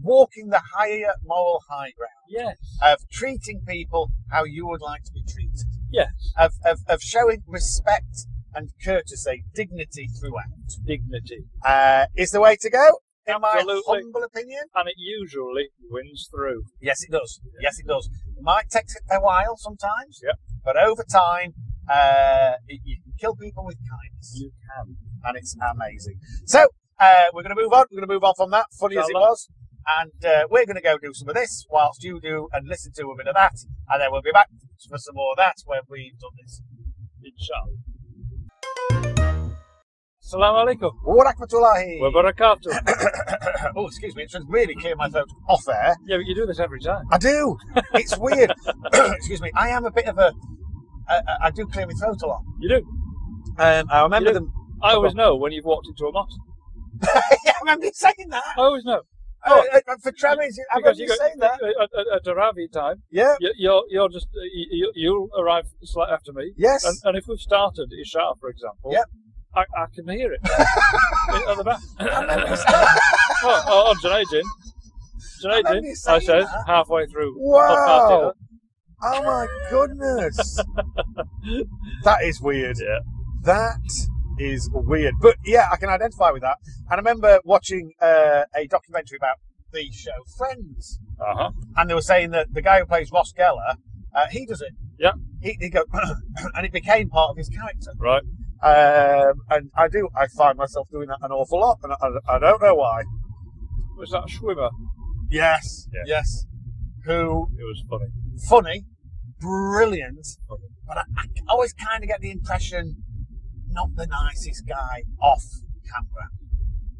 [SPEAKER 3] walking the higher moral high ground,
[SPEAKER 2] Yes.
[SPEAKER 3] of treating people how you would like to be treated,
[SPEAKER 2] Yes.
[SPEAKER 3] of, of, of showing respect and courtesy, dignity throughout,
[SPEAKER 2] Dignity.
[SPEAKER 3] uh, is the way to go, in
[SPEAKER 2] Absolutely.
[SPEAKER 3] my humble opinion.
[SPEAKER 2] And it usually wins through.
[SPEAKER 3] Yes, it does. Yes, it does. It might take a while sometimes.
[SPEAKER 2] Yep.
[SPEAKER 3] But over time, uh, y- you can kill people with kindness.
[SPEAKER 2] You can.
[SPEAKER 3] And it's amazing. So, uh, we're going to move on. We're going to move on from that, funny as it
[SPEAKER 2] Inshallah.
[SPEAKER 3] was. And uh, we're going to go do some of this whilst you do and listen to a bit of that. And then we'll be back for some more of that when we've done this.
[SPEAKER 2] Inshallah. Assalamu alaikum.
[SPEAKER 3] Wa rahmatullahi.
[SPEAKER 2] Wa barakatuh.
[SPEAKER 3] (coughs) oh, excuse me. It's just really clear my throat off air.
[SPEAKER 2] yeah, but you do this every time.
[SPEAKER 3] I do. It's weird. (coughs) excuse me. I am a bit of a. I, I- I do clear my throat a lot.
[SPEAKER 2] You do.
[SPEAKER 3] Um, I remember
[SPEAKER 2] You do.
[SPEAKER 3] them.
[SPEAKER 2] I always know when you've walked into a mosque.
[SPEAKER 3] (laughs) yeah, I remember you saying that.
[SPEAKER 2] I always know.
[SPEAKER 3] Oh, uh, uh, for Travis, I remember you,
[SPEAKER 2] go-
[SPEAKER 3] saying that.
[SPEAKER 2] At, at, at Arabi time,
[SPEAKER 3] (laughs) Yeah.
[SPEAKER 2] you, you're, you're just, uh, you, you- you'll arrive slightly after me.
[SPEAKER 3] Yes.
[SPEAKER 2] And, and if we've started Isha, for example,
[SPEAKER 3] Yep.
[SPEAKER 2] I, I can hear it
[SPEAKER 3] (laughs)
[SPEAKER 2] at the back. (laughs)
[SPEAKER 3] remember you
[SPEAKER 2] oh, oh, oh, Junaid in. Junaid
[SPEAKER 3] remember
[SPEAKER 2] in,
[SPEAKER 3] you
[SPEAKER 2] I
[SPEAKER 3] saying
[SPEAKER 2] said,
[SPEAKER 3] that.
[SPEAKER 2] halfway through.
[SPEAKER 3] Wow. oh my goodness. (laughs) that is weird.
[SPEAKER 2] Yeah.
[SPEAKER 3] That is weird. But yeah, I can identify with that. And I remember watching uh, a documentary about the show Friends.
[SPEAKER 2] Uh huh.
[SPEAKER 3] and they were saying that the guy who plays Ross Geller, uh, he does it.
[SPEAKER 2] Yeah.
[SPEAKER 3] He, he goes, (coughs) and it became part of his character.
[SPEAKER 2] Right.
[SPEAKER 3] Um, and I do, I find myself doing that an awful lot, and I, I don't know why.
[SPEAKER 2] Was that Schwimmer?
[SPEAKER 3] Yes,
[SPEAKER 2] Yeah.
[SPEAKER 3] yes. Who,
[SPEAKER 2] It was funny.
[SPEAKER 3] funny, brilliant, but I, I always kind of get the impression, not the nicest guy off camera.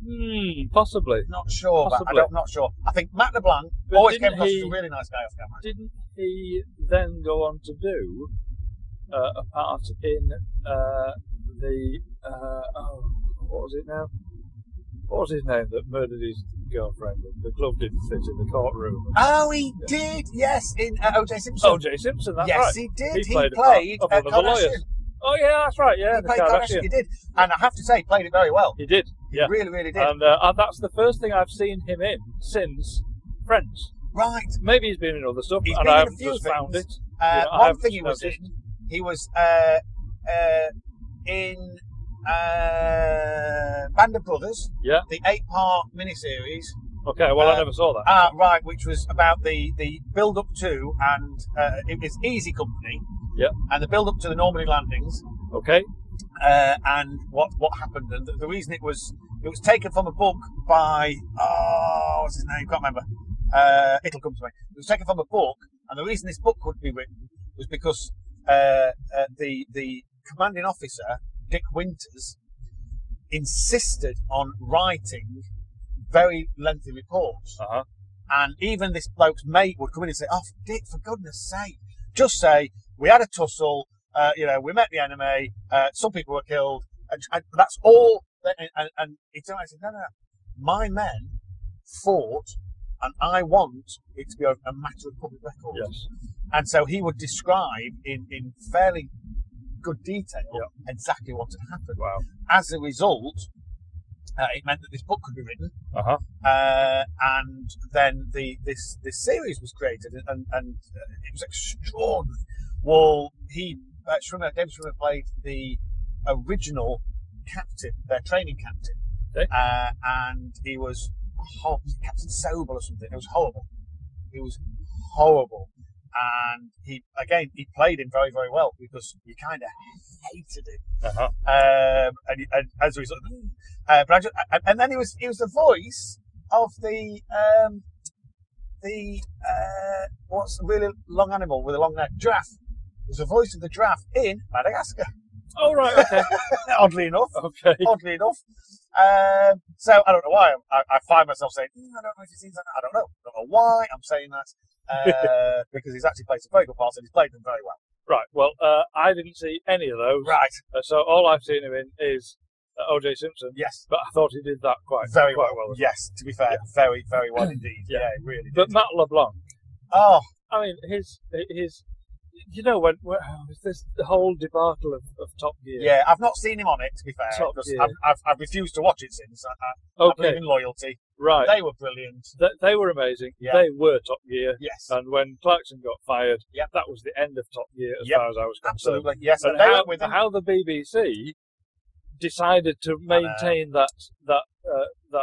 [SPEAKER 2] Hmm, possibly.
[SPEAKER 3] Not sure, but I
[SPEAKER 2] Possibly.
[SPEAKER 3] don't, not sure. I think Matt LeBlanc
[SPEAKER 2] But
[SPEAKER 3] always came
[SPEAKER 2] didn't
[SPEAKER 3] across as
[SPEAKER 2] he-
[SPEAKER 3] a really nice guy off camera.
[SPEAKER 2] Didn't he then go on to do uh, a part in uh, the uh, oh, what was it now? What was his name that murdered his girlfriend? The glove didn't fit in the courtroom.
[SPEAKER 3] Oh, he did, yes, in uh, OJ Simpson.
[SPEAKER 2] O.J. Simpson. That's
[SPEAKER 3] yes,
[SPEAKER 2] right.
[SPEAKER 3] he did. He,
[SPEAKER 2] played
[SPEAKER 3] played,
[SPEAKER 2] a part of
[SPEAKER 3] uh,
[SPEAKER 2] one of the
[SPEAKER 3] Kardashian.
[SPEAKER 2] lawyers. Oh yeah, that's right. Yeah,
[SPEAKER 3] he
[SPEAKER 2] the
[SPEAKER 3] played Kardashian.
[SPEAKER 2] Kardashian.
[SPEAKER 3] He did, and I have to say, he played it very well.
[SPEAKER 2] He did. Yeah,
[SPEAKER 3] He really, really did.
[SPEAKER 2] and uh, uh, that's the first thing I've seen him in since Friends.
[SPEAKER 3] right.
[SPEAKER 2] Maybe he's been in other stuff,
[SPEAKER 3] He's
[SPEAKER 2] and
[SPEAKER 3] been in
[SPEAKER 2] I
[SPEAKER 3] a
[SPEAKER 2] haven't
[SPEAKER 3] few
[SPEAKER 2] just
[SPEAKER 3] things.
[SPEAKER 2] found it.
[SPEAKER 3] Uh,
[SPEAKER 2] Yeah, I
[SPEAKER 3] one
[SPEAKER 2] haven't
[SPEAKER 3] thing he was
[SPEAKER 2] noticed.
[SPEAKER 3] in, he was uh, uh, in uh, Band of Brothers,
[SPEAKER 2] Yeah.
[SPEAKER 3] the eight-part miniseries.
[SPEAKER 2] Okay. Well, I
[SPEAKER 3] Uh,
[SPEAKER 2] never saw that.
[SPEAKER 3] Ah, right, which was about the the build up to and uh, it was Easy Company.
[SPEAKER 2] Yeah.
[SPEAKER 3] And the build up to the Normandy landings.
[SPEAKER 2] Okay.
[SPEAKER 3] uh, and what what happened. And the, the reason it was it was taken from a book by oh what's his name? Can't remember. Uh, it'll come to me. It was taken from a book, and the reason this book could be written was because uh, uh, the the commanding officer Dick Winters insisted on writing very lengthy reports.
[SPEAKER 2] Uh huh.
[SPEAKER 3] And even this bloke's mate would come in and say, "Oh, Dick, for goodness' sake, just say we had a tussle. Uh, you know, we met the enemy. Uh, some people were killed, and, and that's all." that- And, and, and he turned around and said, "No, no, no. My men fought, and I want it to be a, a matter of public record."
[SPEAKER 2] Yes.
[SPEAKER 3] And so he would describe in, in fairly good detail
[SPEAKER 2] Yeah.
[SPEAKER 3] exactly what had happened.
[SPEAKER 2] Wow.
[SPEAKER 3] As a result, uh, it meant that this book could be written
[SPEAKER 2] Uh huh.
[SPEAKER 3] uh, and then the this this series was created, and and, and uh, it was extraordinary. Well, he uh, Schwimmer, David Schwimmer played the original captain, their training captain,
[SPEAKER 2] Okay.
[SPEAKER 3] uh, and he was horrible, Captain Sobel or something. It was horrible. It was horrible, and he again he played him very very well because you kind of hated him
[SPEAKER 2] Uh huh.
[SPEAKER 3] um, and, he- and as a result, uh, but I ju- and- and then he was he was the voice of the um, the uh, what's the really long animal with a long neck? Giraffe. There's a voice of the giraffe in Madagascar. (laughs)
[SPEAKER 2] Oh, right, okay. (laughs)
[SPEAKER 3] Oddly enough.
[SPEAKER 2] okay.
[SPEAKER 3] Oddly enough. Um, so I don't know why I, I find myself saying, "Hmm, I don't know if he seems like that. I don't know. I don't know why I'm saying
[SPEAKER 2] (laughs)
[SPEAKER 3] that. Uh, because he's actually played some very good parts and he's played them very well.
[SPEAKER 2] Right, well, uh, I didn't see any of those.
[SPEAKER 3] Right.
[SPEAKER 2] Uh, so all I've seen him in is uh, OJ Simpson,
[SPEAKER 3] Yes.
[SPEAKER 2] but I thought he did that quite
[SPEAKER 3] Very
[SPEAKER 2] quite
[SPEAKER 3] well.
[SPEAKER 2] well.
[SPEAKER 3] Yes, to be fair, very, very
[SPEAKER 2] (clears throat)
[SPEAKER 3] well indeed.
[SPEAKER 2] Yeah.
[SPEAKER 3] yeah, it really did.
[SPEAKER 2] But Matt LeBlanc,
[SPEAKER 3] oh,
[SPEAKER 2] I mean, his his, you know, when, (sighs) when this whole debacle of, of Top Gear.
[SPEAKER 3] Yeah, I've not seen him on it, to be fair.
[SPEAKER 2] Top
[SPEAKER 3] because
[SPEAKER 2] Gear.
[SPEAKER 3] I've, I've, I've refused to watch it since. I, I, I believe
[SPEAKER 2] Okay.
[SPEAKER 3] in loyalty.
[SPEAKER 2] Right.
[SPEAKER 3] They were brilliant.
[SPEAKER 2] They, they were amazing.
[SPEAKER 3] Yeah.
[SPEAKER 2] They were Top Gear.
[SPEAKER 3] Yes,
[SPEAKER 2] And when Clarkson got fired,
[SPEAKER 3] Yep.
[SPEAKER 2] that was the end of Top Gear as
[SPEAKER 3] Yep.
[SPEAKER 2] far as I was concerned.
[SPEAKER 3] absolutely. Yes, and
[SPEAKER 2] And
[SPEAKER 3] they
[SPEAKER 2] how,
[SPEAKER 3] went with him.
[SPEAKER 2] how the BBC decided to maintain that that uh, that,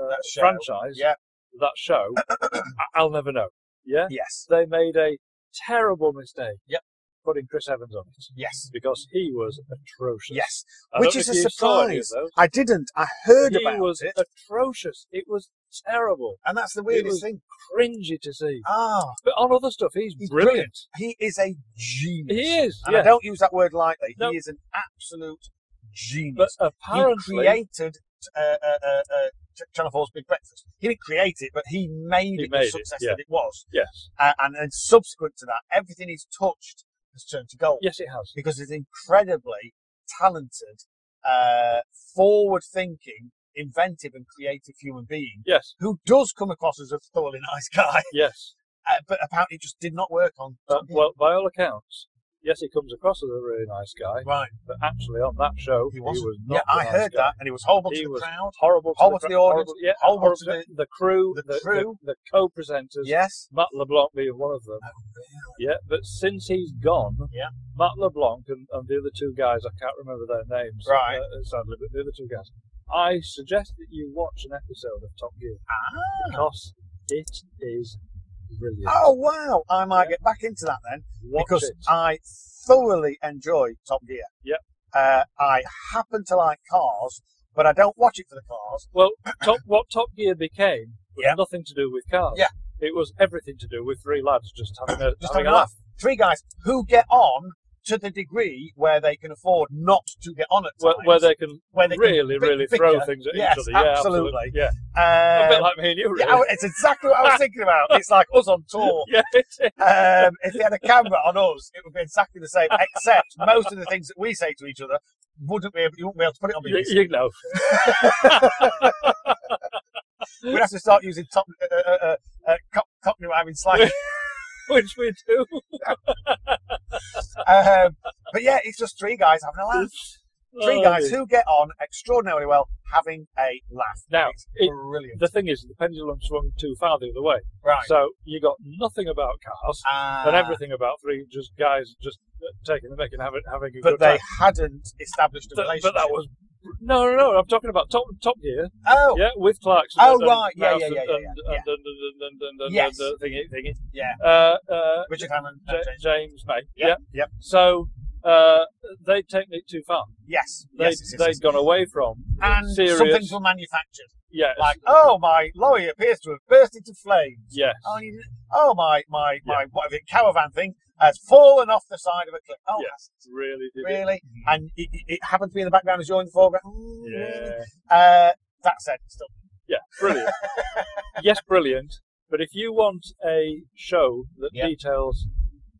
[SPEAKER 2] uh,
[SPEAKER 3] That show.
[SPEAKER 2] franchise,
[SPEAKER 3] Yeah.
[SPEAKER 2] that show,
[SPEAKER 3] (coughs)
[SPEAKER 2] I- I'll never know. Yeah,
[SPEAKER 3] Yes,
[SPEAKER 2] they made a terrible mistake.
[SPEAKER 3] Yep.
[SPEAKER 2] putting Chris Evans on it
[SPEAKER 3] yes,
[SPEAKER 2] because he was atrocious.
[SPEAKER 3] yes.
[SPEAKER 2] I don't
[SPEAKER 3] Which
[SPEAKER 2] know
[SPEAKER 3] is
[SPEAKER 2] if
[SPEAKER 3] a
[SPEAKER 2] you saw any of
[SPEAKER 3] surprise.
[SPEAKER 2] those.
[SPEAKER 3] I didn't. I heard
[SPEAKER 2] He
[SPEAKER 3] about
[SPEAKER 2] was
[SPEAKER 3] it,
[SPEAKER 2] atrocious. It was terrible,
[SPEAKER 3] and that's the weirdest
[SPEAKER 2] was-
[SPEAKER 3] thing.
[SPEAKER 2] cringy to see.
[SPEAKER 3] Ah,
[SPEAKER 2] But on other stuff, he's,
[SPEAKER 3] He's
[SPEAKER 2] brilliant.
[SPEAKER 3] he is a genius.
[SPEAKER 2] He is.
[SPEAKER 3] and
[SPEAKER 2] yeah.
[SPEAKER 3] I don't use that word lightly.
[SPEAKER 2] No.
[SPEAKER 3] He is an absolute
[SPEAKER 2] but
[SPEAKER 3] genius. he
[SPEAKER 2] apparently,
[SPEAKER 3] created uh, uh, uh, uh, Ch- Channel 4's Big Breakfast. He didn't create it, but he made
[SPEAKER 2] He
[SPEAKER 3] it
[SPEAKER 2] made
[SPEAKER 3] the
[SPEAKER 2] it,
[SPEAKER 3] success
[SPEAKER 2] yeah.
[SPEAKER 3] that it was.
[SPEAKER 2] yes,
[SPEAKER 3] uh, and, and subsequent to that, everything he's touched has turned to gold
[SPEAKER 2] yes, it has.
[SPEAKER 3] because he's incredibly talented, uh, forward-thinking, inventive, and creative human being
[SPEAKER 2] Yes,
[SPEAKER 3] who does come across as a thoroughly nice guy, (laughs)
[SPEAKER 2] yes.
[SPEAKER 3] uh, but apparently just did not work on.
[SPEAKER 2] Uh, well, by all accounts, yes, he comes across as a really nice guy,
[SPEAKER 3] right,
[SPEAKER 2] but actually on that show, he,
[SPEAKER 3] he wasn't.
[SPEAKER 2] was
[SPEAKER 3] yeah,
[SPEAKER 2] not.
[SPEAKER 3] I
[SPEAKER 2] a nice
[SPEAKER 3] heard
[SPEAKER 2] guy.
[SPEAKER 3] that, and he was horrible
[SPEAKER 2] He
[SPEAKER 3] to the
[SPEAKER 2] was
[SPEAKER 3] crowd.
[SPEAKER 2] Horrible,
[SPEAKER 3] Horrible to
[SPEAKER 2] cra-
[SPEAKER 3] the audience,
[SPEAKER 2] horrible- yeah,
[SPEAKER 3] horrible
[SPEAKER 2] horrible
[SPEAKER 3] to
[SPEAKER 2] to the, the crew,
[SPEAKER 3] the
[SPEAKER 2] the, the-
[SPEAKER 3] crew.
[SPEAKER 2] the co-presenters,
[SPEAKER 3] Yes.
[SPEAKER 2] Matt LeBlanc being one of them.
[SPEAKER 3] Oh,
[SPEAKER 2] Yeah, but since he's gone,
[SPEAKER 3] Yeah.
[SPEAKER 2] Matt LeBlanc and, and the other two guys, I can't remember their names,
[SPEAKER 3] Right.
[SPEAKER 2] uh, sadly, but the other two guys, I suggest that you watch an episode of Top Gear
[SPEAKER 3] Ah.
[SPEAKER 2] because it is brilliant.
[SPEAKER 3] Oh wow! I might
[SPEAKER 2] Yeah.
[SPEAKER 3] get back into that then.
[SPEAKER 2] watch
[SPEAKER 3] because
[SPEAKER 2] it.
[SPEAKER 3] I thoroughly enjoy Top Gear.
[SPEAKER 2] Yep.
[SPEAKER 3] Uh, I happen to like cars, but I don't watch it for the cars.
[SPEAKER 2] Well, top, what Top Gear became was
[SPEAKER 3] Yeah.
[SPEAKER 2] nothing to do with cars.
[SPEAKER 3] Yeah.
[SPEAKER 2] It was everything to do with three lads just having a,
[SPEAKER 3] Just
[SPEAKER 2] having
[SPEAKER 3] having
[SPEAKER 2] a laugh.
[SPEAKER 3] Three guys who get on to the degree where they can afford not to get on at
[SPEAKER 2] Where,
[SPEAKER 3] times.
[SPEAKER 2] where they can
[SPEAKER 3] Where they can
[SPEAKER 2] really,
[SPEAKER 3] bi-
[SPEAKER 2] really throw
[SPEAKER 3] bicker.
[SPEAKER 2] things at
[SPEAKER 3] Yes,
[SPEAKER 2] each other. Yeah,
[SPEAKER 3] absolutely.
[SPEAKER 2] Yeah. a
[SPEAKER 3] Um,
[SPEAKER 2] bit like me and you, really.
[SPEAKER 3] yeah, I- it's exactly what I was thinking about. It's like us on tour.
[SPEAKER 2] (laughs) Yeah, it is.
[SPEAKER 3] Um, if they had a camera on us, it would be exactly the same. Except most of the things that we say to each other wouldn't be able, you wouldn't be able to put
[SPEAKER 2] (laughs)
[SPEAKER 3] it on
[SPEAKER 2] You,
[SPEAKER 3] BBC.
[SPEAKER 2] you know.
[SPEAKER 3] We'd have to start using top, uh, uh, uh, uh, cop, cockney rhyming slang.
[SPEAKER 2] (laughs) Which we do.
[SPEAKER 3] um, but yeah, it's just three guys having a laugh.
[SPEAKER 2] (laughs)
[SPEAKER 3] Three
[SPEAKER 2] Oh,
[SPEAKER 3] guys
[SPEAKER 2] dear.
[SPEAKER 3] who get on extraordinarily well having a laugh.
[SPEAKER 2] Now,
[SPEAKER 3] it's
[SPEAKER 2] it-
[SPEAKER 3] brilliant.
[SPEAKER 2] The thing is, the pendulum swung too far the other way.
[SPEAKER 3] right.
[SPEAKER 2] So you got nothing about cars
[SPEAKER 3] Ah,
[SPEAKER 2] and everything about three just guys just uh, taking the mic and having, having a
[SPEAKER 3] But
[SPEAKER 2] good
[SPEAKER 3] they
[SPEAKER 2] time.
[SPEAKER 3] hadn't established a
[SPEAKER 2] Th-
[SPEAKER 3] relationship.
[SPEAKER 2] but that was no, no, no. I'm talking about Top Top Gear.
[SPEAKER 3] Oh,
[SPEAKER 2] Yeah, with Clarkson.
[SPEAKER 3] Oh,
[SPEAKER 2] and
[SPEAKER 3] right, yeah,
[SPEAKER 2] Mouth
[SPEAKER 3] yeah,
[SPEAKER 2] and-
[SPEAKER 3] yeah, yeah,
[SPEAKER 2] and- and-
[SPEAKER 3] yeah,
[SPEAKER 2] and- and- and- and- and-
[SPEAKER 3] Yes.
[SPEAKER 2] and- Thingy, thingy.
[SPEAKER 3] Yeah.
[SPEAKER 2] Uh, uh,
[SPEAKER 3] Richard Hammond.
[SPEAKER 2] Ja-
[SPEAKER 3] James.
[SPEAKER 2] James May.
[SPEAKER 3] Yeah,
[SPEAKER 2] Yeah.
[SPEAKER 3] yep.
[SPEAKER 2] So uh, they'd taken it too far.
[SPEAKER 3] Yes.
[SPEAKER 2] They'd,
[SPEAKER 3] yes, yes, yes,
[SPEAKER 2] they'd
[SPEAKER 3] yes.
[SPEAKER 2] gone away from
[SPEAKER 3] And
[SPEAKER 2] serious.
[SPEAKER 3] some things were manufactured.
[SPEAKER 2] yes.
[SPEAKER 3] Like, oh, my lorry appears to have burst into flames.
[SPEAKER 2] yes.
[SPEAKER 3] Oh, you, oh my, my, my, whatever, caravan thing has fallen off the side of a cliff. Oh,
[SPEAKER 2] Yeah. Really Mm-hmm. did. it.
[SPEAKER 3] really? And it, it, it happened to be in the background as you're in the foreground. Oh, really?
[SPEAKER 2] Yeah.
[SPEAKER 3] Uh, that said, still,
[SPEAKER 2] Yeah. Brilliant. yes, brilliant. But if you want a show that
[SPEAKER 3] Yeah.
[SPEAKER 2] details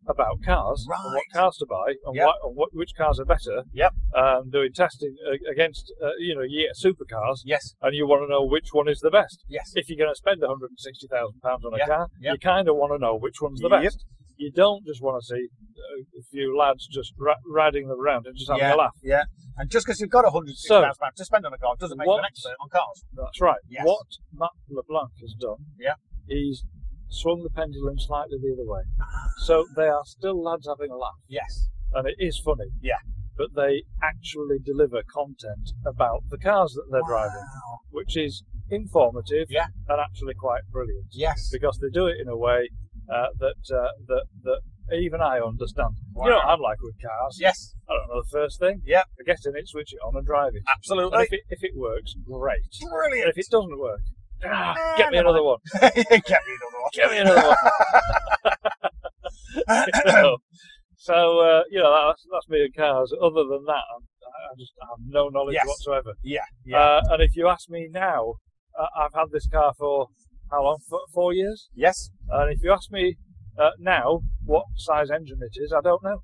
[SPEAKER 2] about cars and
[SPEAKER 3] Right.
[SPEAKER 2] what cars to buy and,
[SPEAKER 3] Yep.
[SPEAKER 2] why, and what, which cars are better,
[SPEAKER 3] Yep.
[SPEAKER 2] um, doing testing a- against uh, you know you get supercars,
[SPEAKER 3] yes,
[SPEAKER 2] and you want to know which one is the best.
[SPEAKER 3] yes,
[SPEAKER 2] If you're going to spend 160,000 pounds on a
[SPEAKER 3] Yeah,
[SPEAKER 2] car,
[SPEAKER 3] yeah.
[SPEAKER 2] you kind of want to know which one's the
[SPEAKER 3] Yep.
[SPEAKER 2] best. You don't just want to see uh, a few lads just ra- riding them around and just having a laugh.
[SPEAKER 3] yeah. And just because you've got a hundred
[SPEAKER 2] So-
[SPEAKER 3] thousand pounds to spend on a car doesn't make you an
[SPEAKER 2] What-
[SPEAKER 3] expert on cars.
[SPEAKER 2] That's right.
[SPEAKER 3] Yes.
[SPEAKER 2] What Matt LeBlanc has done,
[SPEAKER 3] Yeah.
[SPEAKER 2] he's swung the pendulum slightly the other way.
[SPEAKER 3] Ah.
[SPEAKER 2] So they are still lads having a laugh,
[SPEAKER 3] Yes,
[SPEAKER 2] and it is funny.
[SPEAKER 3] Yeah.
[SPEAKER 2] But they actually deliver content about the cars that they're driving,
[SPEAKER 3] Wow.
[SPEAKER 2] which is informative
[SPEAKER 3] Yeah.
[SPEAKER 2] and actually quite brilliant.
[SPEAKER 3] Yes,
[SPEAKER 2] because they do it in a way uh, that uh, that that even I understand. You know,
[SPEAKER 3] Wow.
[SPEAKER 2] what I'm like with cars.
[SPEAKER 3] yes,
[SPEAKER 2] I don't know the first thing.
[SPEAKER 3] Yeah.
[SPEAKER 2] I get in it, switch it on, and drive it. And
[SPEAKER 3] absolutely,
[SPEAKER 2] if it if it works, great. And
[SPEAKER 3] (laughs) brilliant.
[SPEAKER 2] if it doesn't work, ah,
[SPEAKER 3] Ah,
[SPEAKER 2] get me
[SPEAKER 3] never
[SPEAKER 2] another one.
[SPEAKER 3] Get me another one.
[SPEAKER 2] Give me another one. (laughs) so, so uh, you know, that's, that's me and cars. Other than that, I, I just I have no knowledge
[SPEAKER 3] Yes.
[SPEAKER 2] whatsoever.
[SPEAKER 3] yeah, yeah,
[SPEAKER 2] Uh, and if you ask me now, uh, I've had this car for how long? Four, four years.
[SPEAKER 3] yes. (laughs)
[SPEAKER 2] And if you ask me uh, now what size engine it is, I don't know.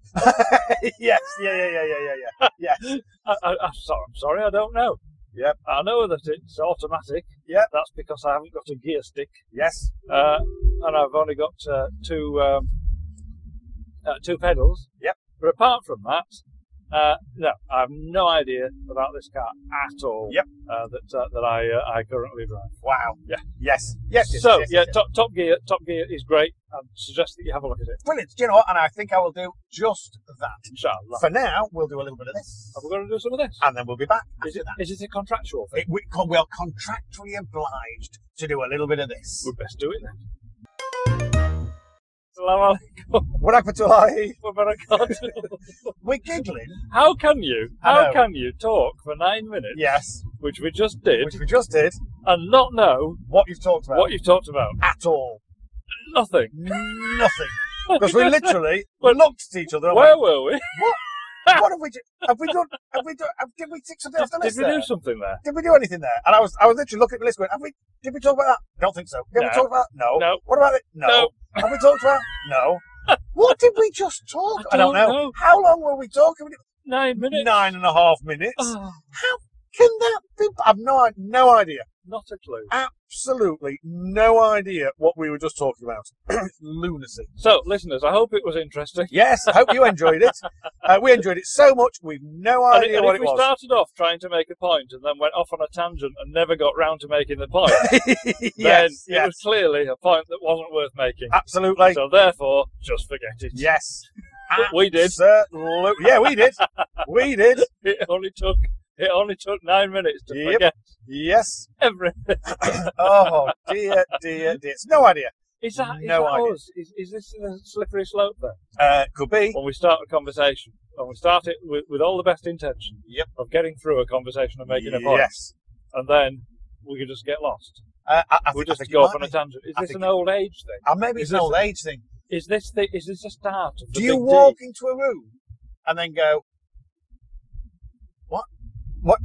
[SPEAKER 3] yes, yeah, yeah, yeah, yeah, yeah, yeah.
[SPEAKER 2] I, I, I'm, sorry, I'm sorry, I don't know.
[SPEAKER 3] Yep.
[SPEAKER 2] I know that it's automatic.
[SPEAKER 3] Yep.
[SPEAKER 2] That's because I haven't got a gear stick,
[SPEAKER 3] Yes,
[SPEAKER 2] uh, and I've only got uh, two um, uh, two pedals.
[SPEAKER 3] Yep.
[SPEAKER 2] But apart from that, uh, no, I have no idea about this car at all.
[SPEAKER 3] Yep.
[SPEAKER 2] Uh, that uh, that I uh, I currently drive.
[SPEAKER 3] wow.
[SPEAKER 2] Yeah.
[SPEAKER 3] Yes, yes, yes.
[SPEAKER 2] so
[SPEAKER 3] yes,
[SPEAKER 2] yeah,
[SPEAKER 3] yes, yes.
[SPEAKER 2] Top, top Gear, Top Gear is great. I suggest that you have a look at it.
[SPEAKER 3] Brilliant. Do you know what? And I think I will do just that.
[SPEAKER 2] Inshallah.
[SPEAKER 3] For now, we'll do a little bit of this.
[SPEAKER 2] Are we going to do some of this?
[SPEAKER 3] And then we'll be back
[SPEAKER 2] Is
[SPEAKER 3] after
[SPEAKER 2] it,
[SPEAKER 3] that.
[SPEAKER 2] is it a contractual thing?
[SPEAKER 3] It- we, con- we're contractually obliged to do a little bit of this.
[SPEAKER 2] We'd best do it then. Salaam alaikum
[SPEAKER 3] What happened to I?
[SPEAKER 2] wa
[SPEAKER 3] (laughs)
[SPEAKER 2] barakatuh.
[SPEAKER 3] We're giggling.
[SPEAKER 2] How can you?
[SPEAKER 3] I
[SPEAKER 2] How
[SPEAKER 3] know.
[SPEAKER 2] can you talk for nine minutes,
[SPEAKER 3] Yes,
[SPEAKER 2] which we just did,
[SPEAKER 3] which we just did.
[SPEAKER 2] and not know
[SPEAKER 3] What you've talked about
[SPEAKER 2] what you've talked about?
[SPEAKER 3] at all? (laughs)
[SPEAKER 2] Nothing. (laughs)
[SPEAKER 3] Nothing. Because we literally
[SPEAKER 2] Well,
[SPEAKER 3] looked at each other. And
[SPEAKER 2] Where were we?
[SPEAKER 3] went, what have we? Do- have we done? Have we done? Have, did we tick
[SPEAKER 2] (laughs)
[SPEAKER 3] something
[SPEAKER 2] Did,
[SPEAKER 3] off the
[SPEAKER 2] did
[SPEAKER 3] list?
[SPEAKER 2] we
[SPEAKER 3] there?
[SPEAKER 2] do something there?
[SPEAKER 3] Did we do anything there? And I was, I was literally looking at the list, going, "Have we? Did we talk about that? I don't think so. Did
[SPEAKER 2] No.
[SPEAKER 3] we talk about that? No.
[SPEAKER 2] No.
[SPEAKER 3] What about it? No.
[SPEAKER 2] No.
[SPEAKER 3] Have we talked about?
[SPEAKER 2] (laughs)
[SPEAKER 3] No. What did we just talk?
[SPEAKER 2] I don't know.
[SPEAKER 3] How long were we talking?
[SPEAKER 2] Nine minutes.
[SPEAKER 3] Nine and a half minutes.
[SPEAKER 2] Ah,
[SPEAKER 3] Can that be? I've no, no idea.
[SPEAKER 2] not a clue.
[SPEAKER 3] Absolutely no idea what we were just talking about. (clears throat) Lunacy.
[SPEAKER 2] So, listeners, I hope it was
[SPEAKER 3] (laughs)
[SPEAKER 2] interesting.
[SPEAKER 3] Yes. Hope you enjoyed it. Uh, we enjoyed it so much. We've no
[SPEAKER 2] And,
[SPEAKER 3] idea
[SPEAKER 2] and
[SPEAKER 3] Oh, what
[SPEAKER 2] if
[SPEAKER 3] it
[SPEAKER 2] we
[SPEAKER 3] was. (laughs)
[SPEAKER 2] started off trying to make a point and then went off on a tangent and never got round to making the
[SPEAKER 3] (laughs)
[SPEAKER 2] point, then
[SPEAKER 3] yes.
[SPEAKER 2] it
[SPEAKER 3] Yes.
[SPEAKER 2] was clearly a point that wasn't worth making. (laughs)
[SPEAKER 3] Absolutely.
[SPEAKER 2] So therefore, just forget it.
[SPEAKER 3] Yes.
[SPEAKER 2] But (laughs) we
[SPEAKER 3] (laughs)
[SPEAKER 2] did.
[SPEAKER 3] Absolute- Yeah, we did. We did.
[SPEAKER 2] (laughs) It only took it only took nine minutes to
[SPEAKER 3] Yep.
[SPEAKER 2] forget
[SPEAKER 3] Yes.
[SPEAKER 2] everything.
[SPEAKER 3] Oh dear, dear, dear. It's no idea.
[SPEAKER 2] Is that, is
[SPEAKER 3] No
[SPEAKER 2] that
[SPEAKER 3] idea.
[SPEAKER 2] us? Is, is this a slippery slope then?
[SPEAKER 3] Uh, could be.
[SPEAKER 2] When we start a conversation, when we start it with, with all the best intention
[SPEAKER 3] Yep.
[SPEAKER 2] of getting through a conversation and making a point,
[SPEAKER 3] Yes.
[SPEAKER 2] and then we could just get lost.
[SPEAKER 3] Uh, I, I
[SPEAKER 2] we
[SPEAKER 3] think, I
[SPEAKER 2] just
[SPEAKER 3] think
[SPEAKER 2] go
[SPEAKER 3] it
[SPEAKER 2] off
[SPEAKER 3] might
[SPEAKER 2] on a
[SPEAKER 3] be.
[SPEAKER 2] tangent. Is
[SPEAKER 3] I
[SPEAKER 2] this
[SPEAKER 3] think
[SPEAKER 2] an
[SPEAKER 3] it-
[SPEAKER 2] old age thing?
[SPEAKER 3] Uh, maybe it's
[SPEAKER 2] Is
[SPEAKER 3] an
[SPEAKER 2] this-
[SPEAKER 3] old age thing.
[SPEAKER 2] Is this the, is this a start? Of the
[SPEAKER 3] Do you
[SPEAKER 2] Big D?
[SPEAKER 3] walk into a room and then go, "What? What?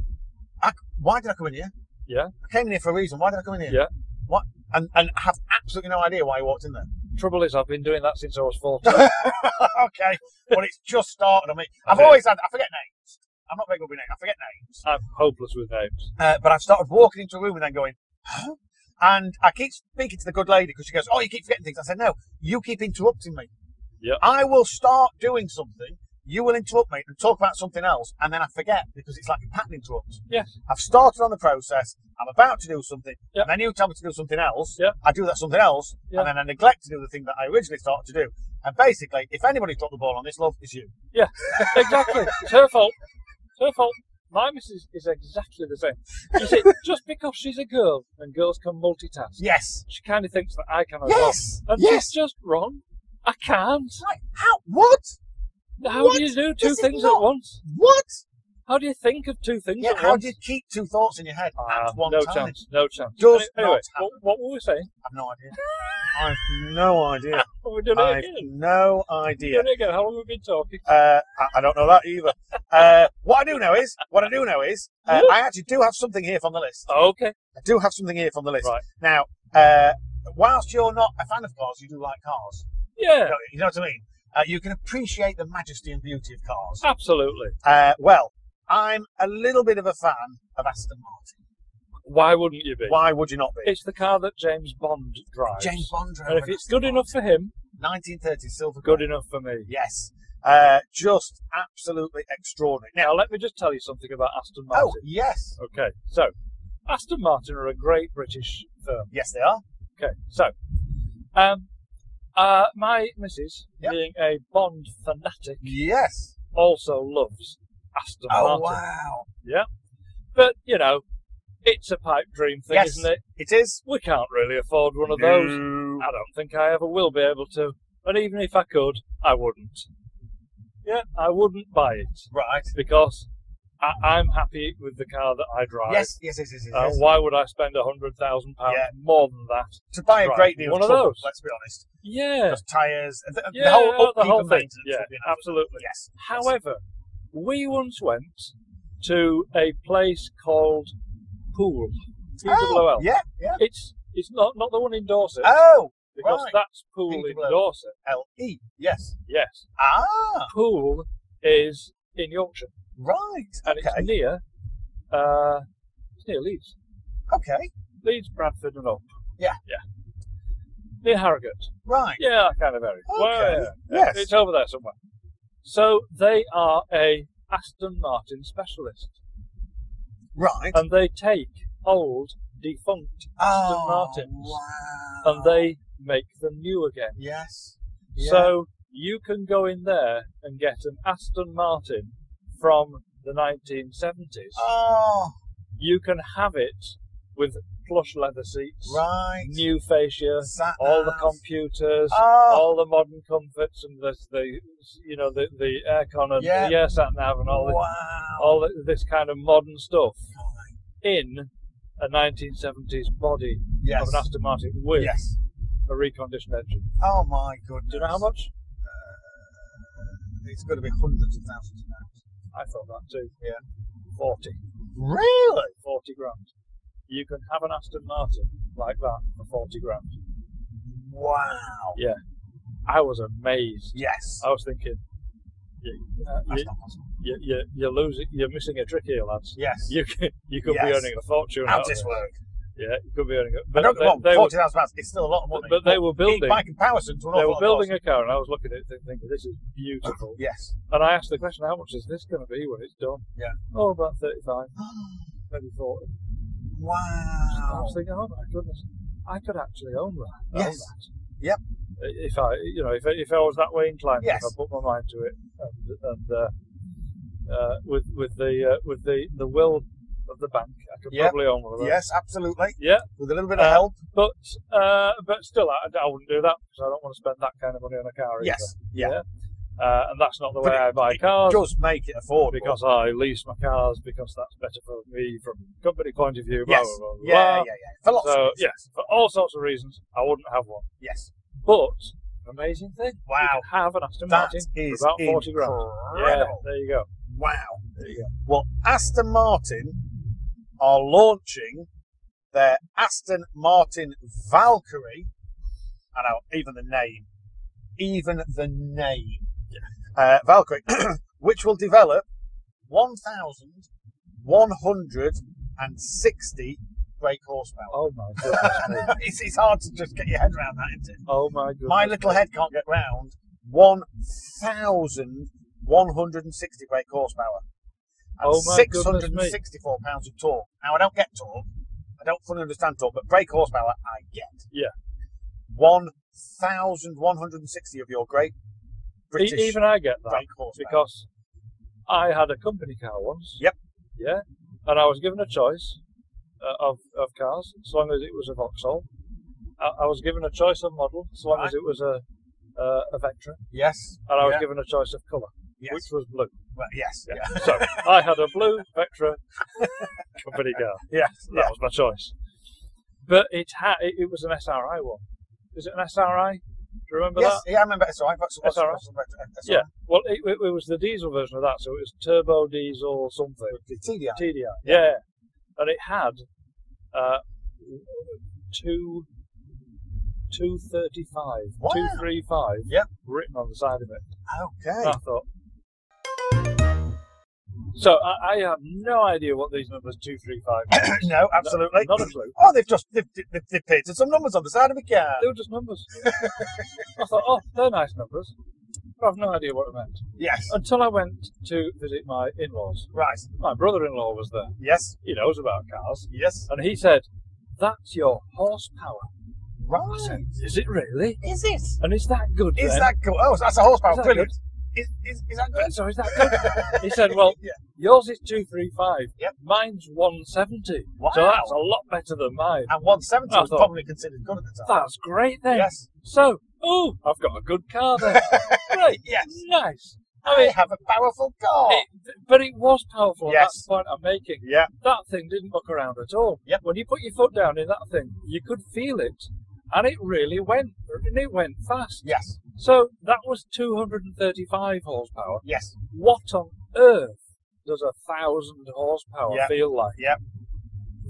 [SPEAKER 3] I, why did I come in here?
[SPEAKER 2] Yeah.
[SPEAKER 3] I came in here for a reason. Why did I come in here?
[SPEAKER 2] Yeah.
[SPEAKER 3] What? And and have absolutely no idea why you walked in there. (laughs)
[SPEAKER 2] Trouble is, I've been doing that since I was fourteen. (laughs)
[SPEAKER 3] okay. Well, it's just started on me. I've
[SPEAKER 2] Okay.
[SPEAKER 3] always had. I forget names. I'm not very good with names. I forget names.
[SPEAKER 2] I'm hopeless with names.
[SPEAKER 3] Uh, but I've started walking into a room and then going, huh? And I keep speaking to the good lady because she goes, Oh, you keep forgetting things. I said, No, you keep interrupting me.
[SPEAKER 2] Yep.
[SPEAKER 3] I will start doing something. You will interrupt me and talk about something else. And then I forget because it's like a pattern interrupt.
[SPEAKER 2] Yes.
[SPEAKER 3] I've started on the process. I'm about to do something.
[SPEAKER 2] Yep.
[SPEAKER 3] And then you tell me to do something else.
[SPEAKER 2] Yep.
[SPEAKER 3] I do that something else.
[SPEAKER 2] Yep.
[SPEAKER 3] And then I neglect to do the thing that I originally started to do. And basically, if anybody's dropped the ball on this, love, it's you.
[SPEAKER 2] exactly. It's her fault. It's her fault. My missus is exactly the same. You see, just because she's a girl and girls can multitask,
[SPEAKER 3] Yes.
[SPEAKER 2] she kind of thinks that I can as well.
[SPEAKER 3] Yes.
[SPEAKER 2] And
[SPEAKER 3] Yes.
[SPEAKER 2] she's just wrong. I can't.
[SPEAKER 3] It's like, how? What?
[SPEAKER 2] How
[SPEAKER 3] What?
[SPEAKER 2] do you do two
[SPEAKER 3] This is
[SPEAKER 2] things at
[SPEAKER 3] not-
[SPEAKER 2] once?
[SPEAKER 3] What?
[SPEAKER 2] How do you think of two things
[SPEAKER 3] Yeah,
[SPEAKER 2] at
[SPEAKER 3] how
[SPEAKER 2] once?
[SPEAKER 3] do you keep two thoughts in your head
[SPEAKER 2] Ah,
[SPEAKER 3] at one
[SPEAKER 2] no
[SPEAKER 3] time?
[SPEAKER 2] chance. No chance.
[SPEAKER 3] Does
[SPEAKER 2] Any- anyway,
[SPEAKER 3] not
[SPEAKER 2] what, what were we saying?
[SPEAKER 3] I've no idea. I've no idea.
[SPEAKER 2] (laughs) Oh, we're doing it
[SPEAKER 3] I've
[SPEAKER 2] again.
[SPEAKER 3] no
[SPEAKER 2] We're
[SPEAKER 3] idea.
[SPEAKER 2] doing it again. How long have we been talking?
[SPEAKER 3] Uh, I, I don't know that either. Uh, what I do know is, what I do know is, uh, I actually do have something here from the list.
[SPEAKER 2] Okay.
[SPEAKER 3] I do have something here from the list.
[SPEAKER 2] Right.
[SPEAKER 3] Now, uh, whilst you're not a fan of cars, you do like cars.
[SPEAKER 2] Yeah.
[SPEAKER 3] No, You know what I mean? Uh, you can appreciate the majesty and beauty of cars.
[SPEAKER 2] Absolutely.
[SPEAKER 3] Uh, well, I'm a little bit of a fan of Aston Martin.
[SPEAKER 2] Why wouldn't you be?
[SPEAKER 3] Why would you not be?
[SPEAKER 2] It's the car that James Bond drives.
[SPEAKER 3] James Bond drove
[SPEAKER 2] And if
[SPEAKER 3] an
[SPEAKER 2] it's
[SPEAKER 3] Aston
[SPEAKER 2] good enough for him,
[SPEAKER 3] 1930 silver
[SPEAKER 2] good
[SPEAKER 3] grey.
[SPEAKER 2] enough for me.
[SPEAKER 3] Yes. Uh, just absolutely extraordinary. Now,
[SPEAKER 2] Now, let me just tell you something about Aston
[SPEAKER 3] oh,
[SPEAKER 2] Martin.
[SPEAKER 3] yes.
[SPEAKER 2] Okay, so Aston Martin are a great British firm.
[SPEAKER 3] Yes, they are.
[SPEAKER 2] Okay, so um, uh, my missus,
[SPEAKER 3] Yep.
[SPEAKER 2] being a Bond fanatic,
[SPEAKER 3] Yes.
[SPEAKER 2] also loves Aston Martin.
[SPEAKER 3] Oh, wow.
[SPEAKER 2] But, you know, it's a pipe dream thing,
[SPEAKER 3] Yes.
[SPEAKER 2] isn't it?
[SPEAKER 3] It is.
[SPEAKER 2] We can't really afford one of those.
[SPEAKER 3] No.
[SPEAKER 2] I don't think I ever will be able to. And even if I could, I wouldn't. Yeah, I wouldn't buy it.
[SPEAKER 3] Right.
[SPEAKER 2] because I, I'm happy with the car that I drive.
[SPEAKER 3] Yes, yes, yes, yes. yes,
[SPEAKER 2] Uh,
[SPEAKER 3] yes.
[SPEAKER 2] why would I spend a hundred thousand pounds
[SPEAKER 3] Yeah.
[SPEAKER 2] more than that?
[SPEAKER 3] to buy a
[SPEAKER 2] Right,
[SPEAKER 3] great deal
[SPEAKER 2] one
[SPEAKER 3] of
[SPEAKER 2] of
[SPEAKER 3] trouble,
[SPEAKER 2] those.
[SPEAKER 3] let's be honest.
[SPEAKER 2] Yeah,
[SPEAKER 3] Just tyres, the, the
[SPEAKER 2] Yeah,
[SPEAKER 3] whole
[SPEAKER 2] yeah, the
[SPEAKER 3] upkeep
[SPEAKER 2] whole
[SPEAKER 3] and
[SPEAKER 2] thing.
[SPEAKER 3] maintenance
[SPEAKER 2] Yeah,
[SPEAKER 3] would be nice.
[SPEAKER 2] absolutely.
[SPEAKER 3] Yes.
[SPEAKER 2] However, we once went to a place called Pool.
[SPEAKER 3] oh,
[SPEAKER 2] P-O-O-L.
[SPEAKER 3] yeah, yeah.
[SPEAKER 2] It's it's not not the one in Dorset
[SPEAKER 3] Oh,
[SPEAKER 2] because
[SPEAKER 3] right.
[SPEAKER 2] that's Pool in
[SPEAKER 3] P-O-O-L.
[SPEAKER 2] Dorset.
[SPEAKER 3] L-E, yes.
[SPEAKER 2] Yes,
[SPEAKER 3] Ah,
[SPEAKER 2] Pool is in Yorkshire
[SPEAKER 3] right,
[SPEAKER 2] and
[SPEAKER 3] okay,
[SPEAKER 2] it's near uh, it's near Leeds,
[SPEAKER 3] okay,
[SPEAKER 2] Leeds, Bradford, and up.
[SPEAKER 3] Yeah.
[SPEAKER 2] yeah, near Harrogate.
[SPEAKER 3] right,
[SPEAKER 2] Yeah, that kind of area.
[SPEAKER 3] Okay,
[SPEAKER 2] Well, yeah.
[SPEAKER 3] yes.
[SPEAKER 2] It's over there somewhere. So they are a Aston Martin specialist,
[SPEAKER 3] right.
[SPEAKER 2] and they take old, defunct Aston
[SPEAKER 3] Oh,
[SPEAKER 2] Martins,
[SPEAKER 3] wow.
[SPEAKER 2] and they make them new again.
[SPEAKER 3] Yes.
[SPEAKER 2] So you can go in there and get an Aston Martin from the 1970s.
[SPEAKER 3] Oh,
[SPEAKER 2] You can have it with plush leather seats,
[SPEAKER 3] right.
[SPEAKER 2] new fascia,
[SPEAKER 3] Sat
[SPEAKER 2] all the
[SPEAKER 3] nav.
[SPEAKER 2] computers,
[SPEAKER 3] Oh,
[SPEAKER 2] all the modern comforts and the the you know the the aircon and
[SPEAKER 3] Yeah.
[SPEAKER 2] the air sat nav and all
[SPEAKER 3] wow.
[SPEAKER 2] the, all the, this kind of modern stuff in a 1970s body
[SPEAKER 3] yes.
[SPEAKER 2] of an Aston Martin with
[SPEAKER 3] yes.
[SPEAKER 2] a reconditioned engine.
[SPEAKER 3] Oh my goodness.
[SPEAKER 2] Do you know how much?
[SPEAKER 3] It's going to be hundreds of thousands of pounds.
[SPEAKER 2] I thought that too.
[SPEAKER 3] Yeah.
[SPEAKER 2] 40,
[SPEAKER 3] Really?
[SPEAKER 2] 40 grand. You can have an Aston Martin like that for 40 grand.
[SPEAKER 3] Wow.
[SPEAKER 2] I was amazed.
[SPEAKER 3] Yes.
[SPEAKER 2] I was thinking, you, uh,
[SPEAKER 3] That's
[SPEAKER 2] you,
[SPEAKER 3] not possible.
[SPEAKER 2] you, you, you're losing, you're missing a trick here, lads.
[SPEAKER 3] Yes.
[SPEAKER 2] You could, you could be
[SPEAKER 3] Yes.
[SPEAKER 2] earning a fortune.
[SPEAKER 3] How
[SPEAKER 2] out
[SPEAKER 3] does
[SPEAKER 2] of
[SPEAKER 3] this
[SPEAKER 2] it.
[SPEAKER 3] work?
[SPEAKER 2] Yeah, you could be earning it. But
[SPEAKER 3] But don't get
[SPEAKER 2] they,
[SPEAKER 3] me wrong,
[SPEAKER 2] they were,
[SPEAKER 3] forty thousand pounds. It's still a lot of
[SPEAKER 2] but,
[SPEAKER 3] money.
[SPEAKER 2] but they were building.
[SPEAKER 3] by comparison to
[SPEAKER 2] They
[SPEAKER 3] an awful
[SPEAKER 2] were
[SPEAKER 3] lot
[SPEAKER 2] building
[SPEAKER 3] of
[SPEAKER 2] a car, and I was looking at it thi- thinking, "This is beautiful."
[SPEAKER 3] cars. Yes. (gasps)
[SPEAKER 2] And I asked the question, "How much is this going to be when it's done?"
[SPEAKER 3] Yeah.
[SPEAKER 2] Oh, about thirty-five, maybe forty. And I
[SPEAKER 3] wow.
[SPEAKER 2] was thinking, "Oh my goodness, I could actually own that." Own
[SPEAKER 3] Yes.
[SPEAKER 2] that.
[SPEAKER 3] Yep.
[SPEAKER 2] If I, you know, if I- if I was that way inclined,
[SPEAKER 3] Yes.
[SPEAKER 2] if I put my mind to it, and, and uh, uh, with with the uh, with the the will of the bank, I could
[SPEAKER 3] Yep.
[SPEAKER 2] probably own one of those.
[SPEAKER 3] Yes, absolutely.
[SPEAKER 2] Yeah.
[SPEAKER 3] With a little bit
[SPEAKER 2] Uh,
[SPEAKER 3] of help.
[SPEAKER 2] But uh, but still, I, I wouldn't do that because I don't want to spend that kind of money on a car. either.
[SPEAKER 3] Yes. Yeah.
[SPEAKER 2] Uh, and that's not the
[SPEAKER 3] But
[SPEAKER 2] way I buy cars
[SPEAKER 3] Just make it affordable.
[SPEAKER 2] because I lease my cars because that's better for me from company point of view. Blah,
[SPEAKER 3] yes.
[SPEAKER 2] blah, blah,
[SPEAKER 3] yeah,
[SPEAKER 2] blah.
[SPEAKER 3] yeah, yeah, For lots
[SPEAKER 2] So
[SPEAKER 3] of reasons.
[SPEAKER 2] yes, for all sorts of reasons, I wouldn't have one.
[SPEAKER 3] Yes.
[SPEAKER 2] But amazing thing,
[SPEAKER 3] Wow.
[SPEAKER 2] you can have an Aston
[SPEAKER 3] That
[SPEAKER 2] Martin
[SPEAKER 3] is
[SPEAKER 2] for about forty grand.
[SPEAKER 3] incredible.
[SPEAKER 2] Yeah, there you go.
[SPEAKER 3] Wow.
[SPEAKER 2] There you go.
[SPEAKER 3] Well, Aston Martin are launching their Aston Martin Valkyrie. I know, even the name. Even the name. Uh, Valkyrie, (clears throat) which will develop 1,160 brake horsepower.
[SPEAKER 2] Oh my goodness.
[SPEAKER 3] (laughs)
[SPEAKER 2] me.
[SPEAKER 3] it's, it's hard to just get your head around that, isn't it?
[SPEAKER 2] oh my goodness.
[SPEAKER 3] My little
[SPEAKER 2] me.
[SPEAKER 3] head can't get round 1,160 brake horsepower. And
[SPEAKER 2] Oh my goodness me.
[SPEAKER 3] 664 pounds of torque. Now, I don't get torque. I don't fully understand torque, but brake horsepower I get.
[SPEAKER 2] Yeah.
[SPEAKER 3] 1,160 of your great
[SPEAKER 2] E-
[SPEAKER 3] British
[SPEAKER 2] even I get that.
[SPEAKER 3] brake horsepower.
[SPEAKER 2] because I had a company car once.
[SPEAKER 3] Yep.
[SPEAKER 2] Yeah, and I was given a choice uh, of of cars, as long as it was a Vauxhall. I, I was given a choice of model, as long as it was a uh, a Vectra,
[SPEAKER 3] yes.
[SPEAKER 2] and I was
[SPEAKER 3] yeah,
[SPEAKER 2] given a choice of colour,
[SPEAKER 3] yes.
[SPEAKER 2] which was blue.
[SPEAKER 3] well, yes.
[SPEAKER 2] Yeah.
[SPEAKER 3] Yeah.
[SPEAKER 2] so I had a blue
[SPEAKER 3] (laughs)
[SPEAKER 2] Vectra company car.
[SPEAKER 3] Yes.
[SPEAKER 2] That
[SPEAKER 3] Yeah.
[SPEAKER 2] was my choice. But it had it, it was an SRI one. Is it an SRI? Do you remember that?
[SPEAKER 3] Yes, yeah, I remember. Sorry, I've got some.
[SPEAKER 2] That's all right.
[SPEAKER 3] Yeah.
[SPEAKER 2] Yeah. Well, it, it, it was the diesel version of that, so it was turbo diesel something.
[SPEAKER 3] TDI.
[SPEAKER 2] TDI. Yeah. And it had uh, two, two thirty-five,
[SPEAKER 3] Wow.
[SPEAKER 2] two three-five.
[SPEAKER 3] Yep.
[SPEAKER 2] Written on the side of it. And
[SPEAKER 3] Okay.
[SPEAKER 2] I thought. So I, I have no idea what these numbers two three
[SPEAKER 3] (coughs)
[SPEAKER 2] five.
[SPEAKER 3] (coughs) no, absolutely.
[SPEAKER 2] Not a clue.
[SPEAKER 3] Oh, they've just they've, they've, they've painted some numbers on the side of a car.
[SPEAKER 2] They were just numbers. I thought, oh, they're nice numbers, but I've no idea what it meant
[SPEAKER 3] Yes.
[SPEAKER 2] until I went to visit my in-laws.
[SPEAKER 3] Right.
[SPEAKER 2] My brother-in-law was there.
[SPEAKER 3] Yes.
[SPEAKER 2] He knows about cars,
[SPEAKER 3] Yes.
[SPEAKER 2] and he said, "That's your horsepower." I
[SPEAKER 3] Right.
[SPEAKER 2] said, Is it really?
[SPEAKER 3] Is it? Is
[SPEAKER 2] And is that good? then?
[SPEAKER 3] that good? Oh, that's a horsepower.
[SPEAKER 2] Is that
[SPEAKER 3] Brilliant. Is, is, is that good?
[SPEAKER 2] So is that good? he said, "Well,
[SPEAKER 3] Yeah.
[SPEAKER 2] yours is two three five.
[SPEAKER 3] Yep.
[SPEAKER 2] Mine's one seventy.
[SPEAKER 3] Wow.
[SPEAKER 2] So that's a lot better than mine.
[SPEAKER 3] And 170
[SPEAKER 2] I
[SPEAKER 3] was
[SPEAKER 2] thought-
[SPEAKER 3] probably considered good at the time.
[SPEAKER 2] That's great then.
[SPEAKER 3] Yes. (laughs)
[SPEAKER 2] So, oh, I've got a good car then. great.
[SPEAKER 3] Yes.
[SPEAKER 2] Nice. I mean-
[SPEAKER 3] I have a powerful car.
[SPEAKER 2] It, but it was powerful.
[SPEAKER 3] Yes.
[SPEAKER 2] That's the point I'm making.
[SPEAKER 3] yeah.
[SPEAKER 2] That thing didn't muck around at all.
[SPEAKER 3] Yep.
[SPEAKER 2] When you put your foot down in that thing, you could feel it, and it really went, and it went fast.
[SPEAKER 3] Yes.
[SPEAKER 2] So that was 235 horsepower.
[SPEAKER 3] Yes.
[SPEAKER 2] What on earth does a thousand horsepower
[SPEAKER 3] Yep.
[SPEAKER 2] feel like?
[SPEAKER 3] Yep.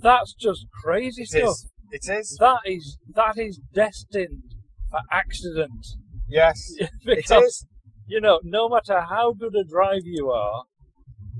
[SPEAKER 2] That's just crazy
[SPEAKER 3] It
[SPEAKER 2] stuff.
[SPEAKER 3] is. It is.
[SPEAKER 2] That is that is destined for accident. (laughs)
[SPEAKER 3] Yes. It
[SPEAKER 2] because
[SPEAKER 3] is.
[SPEAKER 2] you know, no matter how good a driver you are,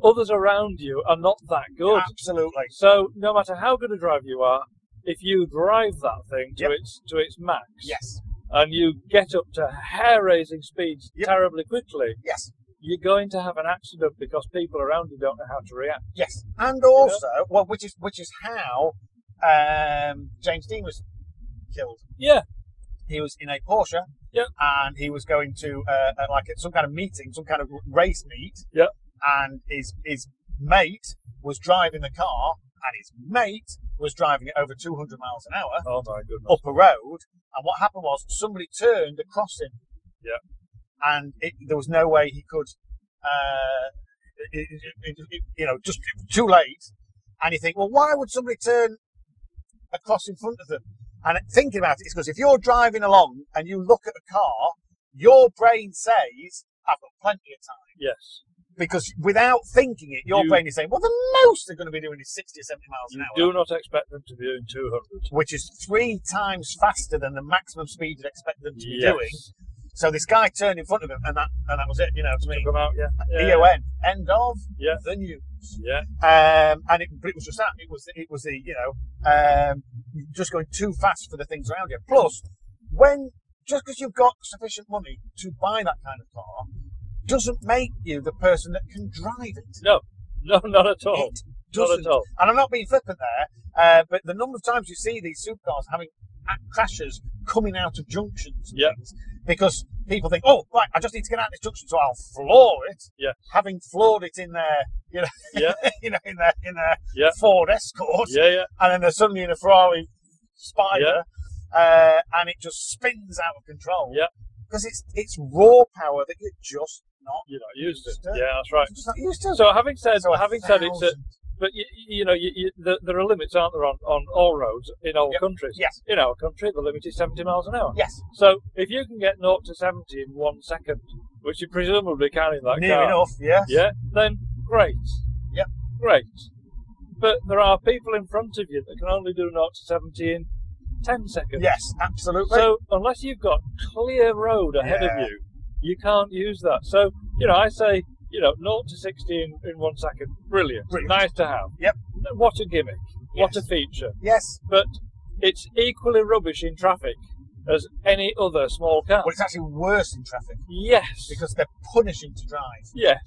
[SPEAKER 2] others around you are not that good.
[SPEAKER 3] Absolutely.
[SPEAKER 2] So no matter how good a driver you are, if you drive that thing to
[SPEAKER 3] Yep.
[SPEAKER 2] its to its max,
[SPEAKER 3] Yes.
[SPEAKER 2] and you get up to hair-raising speeds
[SPEAKER 3] Yep.
[SPEAKER 2] terribly quickly,
[SPEAKER 3] Yes.
[SPEAKER 2] you're going to have an accident because people around you don't know how to react.
[SPEAKER 3] Yes. And also, well, which is which is how um, James Dean was killed.
[SPEAKER 2] Yeah,
[SPEAKER 3] He was in a Porsche.
[SPEAKER 2] Yep.
[SPEAKER 3] And he was going to uh, uh, like some kind of meeting, some kind of race meet.
[SPEAKER 2] Yep.
[SPEAKER 3] And his his mate was driving the car, and his mate was driving it over 200 miles an hour.
[SPEAKER 2] Oh my goodness.
[SPEAKER 3] up a road, and what happened was somebody turned across him.
[SPEAKER 2] Yeah.
[SPEAKER 3] And it, there was no way he could, uh, it, it, it- it- you know, just too late. And you think, well, why would somebody turn across in front of them? And thinking about it, it's because if you're driving along and you look at a car, your brain says, I've got plenty of time.
[SPEAKER 2] Yes.
[SPEAKER 3] Because without thinking it, your
[SPEAKER 2] You-
[SPEAKER 3] brain is saying, well, the most they're going to be doing is 60 or 70 miles an
[SPEAKER 2] You
[SPEAKER 3] hour
[SPEAKER 2] do not expect them to be doing 200.
[SPEAKER 3] which is three times faster than the maximum speed you'd expect them to be
[SPEAKER 2] Yes.
[SPEAKER 3] doing. So this guy turned in front of him, and that and that was it. You know what I mean? uh,
[SPEAKER 2] Come out, yeah. Yeah.
[SPEAKER 3] EON, end of
[SPEAKER 2] Yeah.
[SPEAKER 3] the news.
[SPEAKER 2] Yeah. (laughs)
[SPEAKER 3] Um, and it, but it was just that. It was it was the you know um, just going too fast for the things around you. Plus, when just because you've got sufficient money to buy that kind of car doesn't make you the person that can drive it.
[SPEAKER 2] No. No, not at all.
[SPEAKER 3] It
[SPEAKER 2] Not
[SPEAKER 3] doesn't
[SPEAKER 2] at all.
[SPEAKER 3] and I'm not being flippant there, uh, but the number of times you see these supercars having a- crashes coming out of junctions and
[SPEAKER 2] Yeah.
[SPEAKER 3] things because people think, oh, right, I just need to get out of this junction, so I'll floor it.
[SPEAKER 2] Yeah.
[SPEAKER 3] Having floored it in their, you know,
[SPEAKER 2] Yeah.
[SPEAKER 3] (laughs) you know, in their in their
[SPEAKER 2] Yeah.
[SPEAKER 3] Ford Escort,
[SPEAKER 2] Yeah, yeah.
[SPEAKER 3] and then they're suddenly in a Ferrari Spider, uh, and it just spins out of control.
[SPEAKER 2] Yeah.
[SPEAKER 3] Because it's it's raw power that you're just not
[SPEAKER 2] You're not used
[SPEAKER 3] Used
[SPEAKER 2] to.
[SPEAKER 3] to it.
[SPEAKER 2] Yeah, that's right.
[SPEAKER 3] just not used to.
[SPEAKER 2] So having said,
[SPEAKER 3] So a
[SPEAKER 2] having said it's, a,
[SPEAKER 3] thousand-
[SPEAKER 2] but you, you know, you, you, there, there are limits, aren't there, on, on all roads in all
[SPEAKER 3] Yep.
[SPEAKER 2] countries?
[SPEAKER 3] Yes.
[SPEAKER 2] In our country, the limit is 70 miles an hour.
[SPEAKER 3] yes,
[SPEAKER 2] So if you can get 0 to 70 in one second, which you presumably can in that
[SPEAKER 3] near
[SPEAKER 2] car,
[SPEAKER 3] enough. Yes.
[SPEAKER 2] yeah, then great.
[SPEAKER 3] Yep.
[SPEAKER 2] Great. But there are people in front of you that can only do 0 to 70 in 10 seconds.
[SPEAKER 3] Yes, absolutely.
[SPEAKER 2] So unless you've got clear road ahead
[SPEAKER 3] Yeah.
[SPEAKER 2] of you, you can't use that. So you know, I say you know, 0 to sixty in, in one second, brilliant.
[SPEAKER 3] Brilliant.
[SPEAKER 2] nice to have.
[SPEAKER 3] Yep.
[SPEAKER 2] What a gimmick! What
[SPEAKER 3] Yes.
[SPEAKER 2] a feature!
[SPEAKER 3] yes.
[SPEAKER 2] But it's equally rubbish in traffic as any other small car.
[SPEAKER 3] Well, it's actually worse in traffic
[SPEAKER 2] yes.
[SPEAKER 3] because they're punishing to drive.
[SPEAKER 2] yes.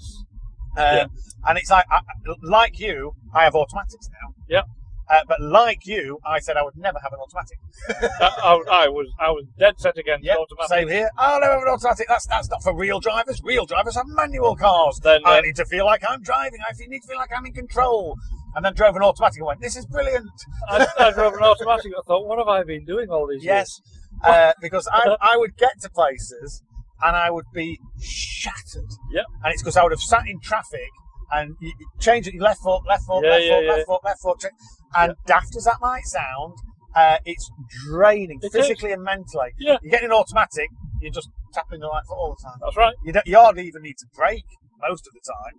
[SPEAKER 3] Um,
[SPEAKER 2] Yeah.
[SPEAKER 3] And it's like, I, like you, I have automatics now.
[SPEAKER 2] Yep.
[SPEAKER 3] Uh, but like you, I said I would never have an automatic.
[SPEAKER 2] That- I, I was I was dead set against
[SPEAKER 3] Yep,
[SPEAKER 2] automatic.
[SPEAKER 3] same here. I'll never have an automatic. That's that's not for real drivers. Real drivers have manual cars.
[SPEAKER 2] Then,
[SPEAKER 3] I
[SPEAKER 2] uh,
[SPEAKER 3] need to feel like I'm driving. I need to feel like I'm in control. And then drove an automatic and went, this is brilliant.
[SPEAKER 2] I, I drove an automatic. I thought, what have I been doing all these years?
[SPEAKER 3] Yes, uh, because I, I would get to places and I would be shattered.
[SPEAKER 2] Yep.
[SPEAKER 3] And it's because I would have sat in traffic and you, you change it, you left foot, left foot,
[SPEAKER 2] Yeah,
[SPEAKER 3] left,
[SPEAKER 2] yeah,
[SPEAKER 3] foot
[SPEAKER 2] yeah.
[SPEAKER 3] left foot, left foot, tra- And daft as that might sound, uh, it's draining
[SPEAKER 2] It is.
[SPEAKER 3] physically and mentally.
[SPEAKER 2] Yeah.
[SPEAKER 3] You get an automatic, you're just tapping the right foot all the time.
[SPEAKER 2] That's right.
[SPEAKER 3] You don't, you hardly even need to brake most of the time.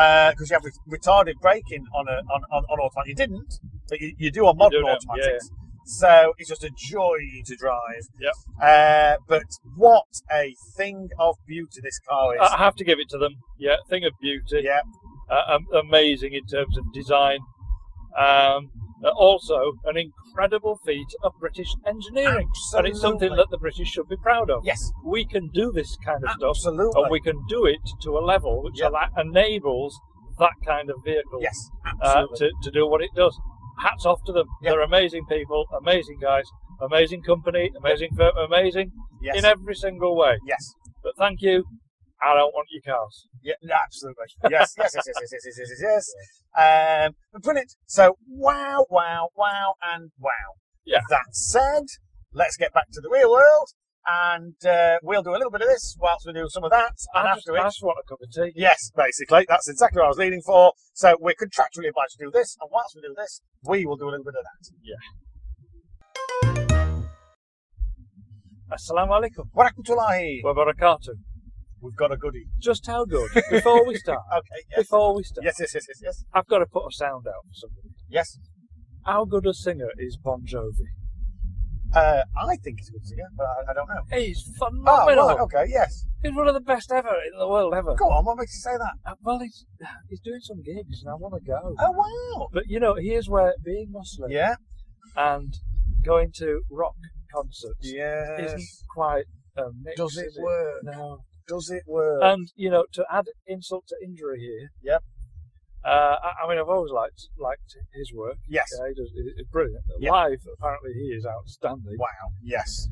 [SPEAKER 2] No.
[SPEAKER 3] Because you have re- retarded braking on a on, on, on automatic. You didn't, but you, you do
[SPEAKER 2] You
[SPEAKER 3] on
[SPEAKER 2] do
[SPEAKER 3] modern
[SPEAKER 2] now, yeah,
[SPEAKER 3] automatics. So it's just a joy to drive.
[SPEAKER 2] Yep.
[SPEAKER 3] Uh, but what a thing of beauty this car is.
[SPEAKER 2] I I have to give it to them. Yeah, thing of beauty.
[SPEAKER 3] yeah.
[SPEAKER 2] uh, um, amazing in terms of design. Um, uh, also, an incredible feat of British engineering, and it's something
[SPEAKER 3] Absolutely.
[SPEAKER 2] that the British should be proud of.
[SPEAKER 3] Yes.
[SPEAKER 2] We can do this kind of stuff,
[SPEAKER 3] Absolutely.
[SPEAKER 2] and we can do it to a level which
[SPEAKER 3] Yeah.
[SPEAKER 2] ala- enables that kind of vehicle
[SPEAKER 3] yes.
[SPEAKER 2] uh,
[SPEAKER 3] Absolutely.
[SPEAKER 2] to, to do what it does. Hats off to them.
[SPEAKER 3] Yeah.
[SPEAKER 2] They're amazing people, amazing guys, amazing company, amazing firm, amazing
[SPEAKER 3] yes.
[SPEAKER 2] in every single way.
[SPEAKER 3] yes.
[SPEAKER 2] But thank you. I don't want your cars.
[SPEAKER 3] Yeah, no, absolutely. Yes, yes, yes, yes, yes, yes, yes, yes, yes. Um, brilliant. So, wow, wow, wow, and wow.
[SPEAKER 2] Yeah.
[SPEAKER 3] That said, let's get back to the real world and uh, we'll do a little bit of this whilst we do some of that. And
[SPEAKER 2] I just,
[SPEAKER 3] after which,
[SPEAKER 2] I just want a cup of tea.
[SPEAKER 3] yes, basically, that's exactly what I was leaning for. So we're contractually obliged to do this, and whilst we do this, we will do a little bit of that.
[SPEAKER 2] Assalamu alaikum
[SPEAKER 3] Warakmatullahi.
[SPEAKER 2] wa barakatuh.
[SPEAKER 3] We've got a goodie.
[SPEAKER 2] Just how good? Before we start,
[SPEAKER 3] Okay. (laughs) Yes.
[SPEAKER 2] before we start,
[SPEAKER 3] Yes. Yes. Yes. Yes. Yes.
[SPEAKER 2] I've got to put a sound out for somebody.
[SPEAKER 3] Yes.
[SPEAKER 2] How good a singer is Bon Jovi?
[SPEAKER 3] Uh, I think it's a good singer, but I, I don't know.
[SPEAKER 2] He's
[SPEAKER 3] Oh,
[SPEAKER 2] phenomenal.
[SPEAKER 3] right, okay, yes.
[SPEAKER 2] He's one of the best ever in the world ever.
[SPEAKER 3] Go on, what makes you say that?
[SPEAKER 2] Uh, Well, he's (sighs) he's doing some gigs, and I want to go.
[SPEAKER 3] Oh, wow.
[SPEAKER 2] But you know, here's where being Muslim
[SPEAKER 3] Yeah.
[SPEAKER 2] and going to rock concerts isn't
[SPEAKER 3] Yes.
[SPEAKER 2] quite a mix.
[SPEAKER 3] Does it
[SPEAKER 2] is
[SPEAKER 3] work?
[SPEAKER 2] No.
[SPEAKER 3] Does it work?
[SPEAKER 2] And you know, to add insult to injury here.
[SPEAKER 3] Yep.
[SPEAKER 2] Uh, I, I mean, I've always liked liked his work.
[SPEAKER 3] yes.
[SPEAKER 2] Yeah, he does, he- he's brilliant.
[SPEAKER 3] Yep.
[SPEAKER 2] Live, apparently, he is outstanding.
[SPEAKER 3] Wow. Yes.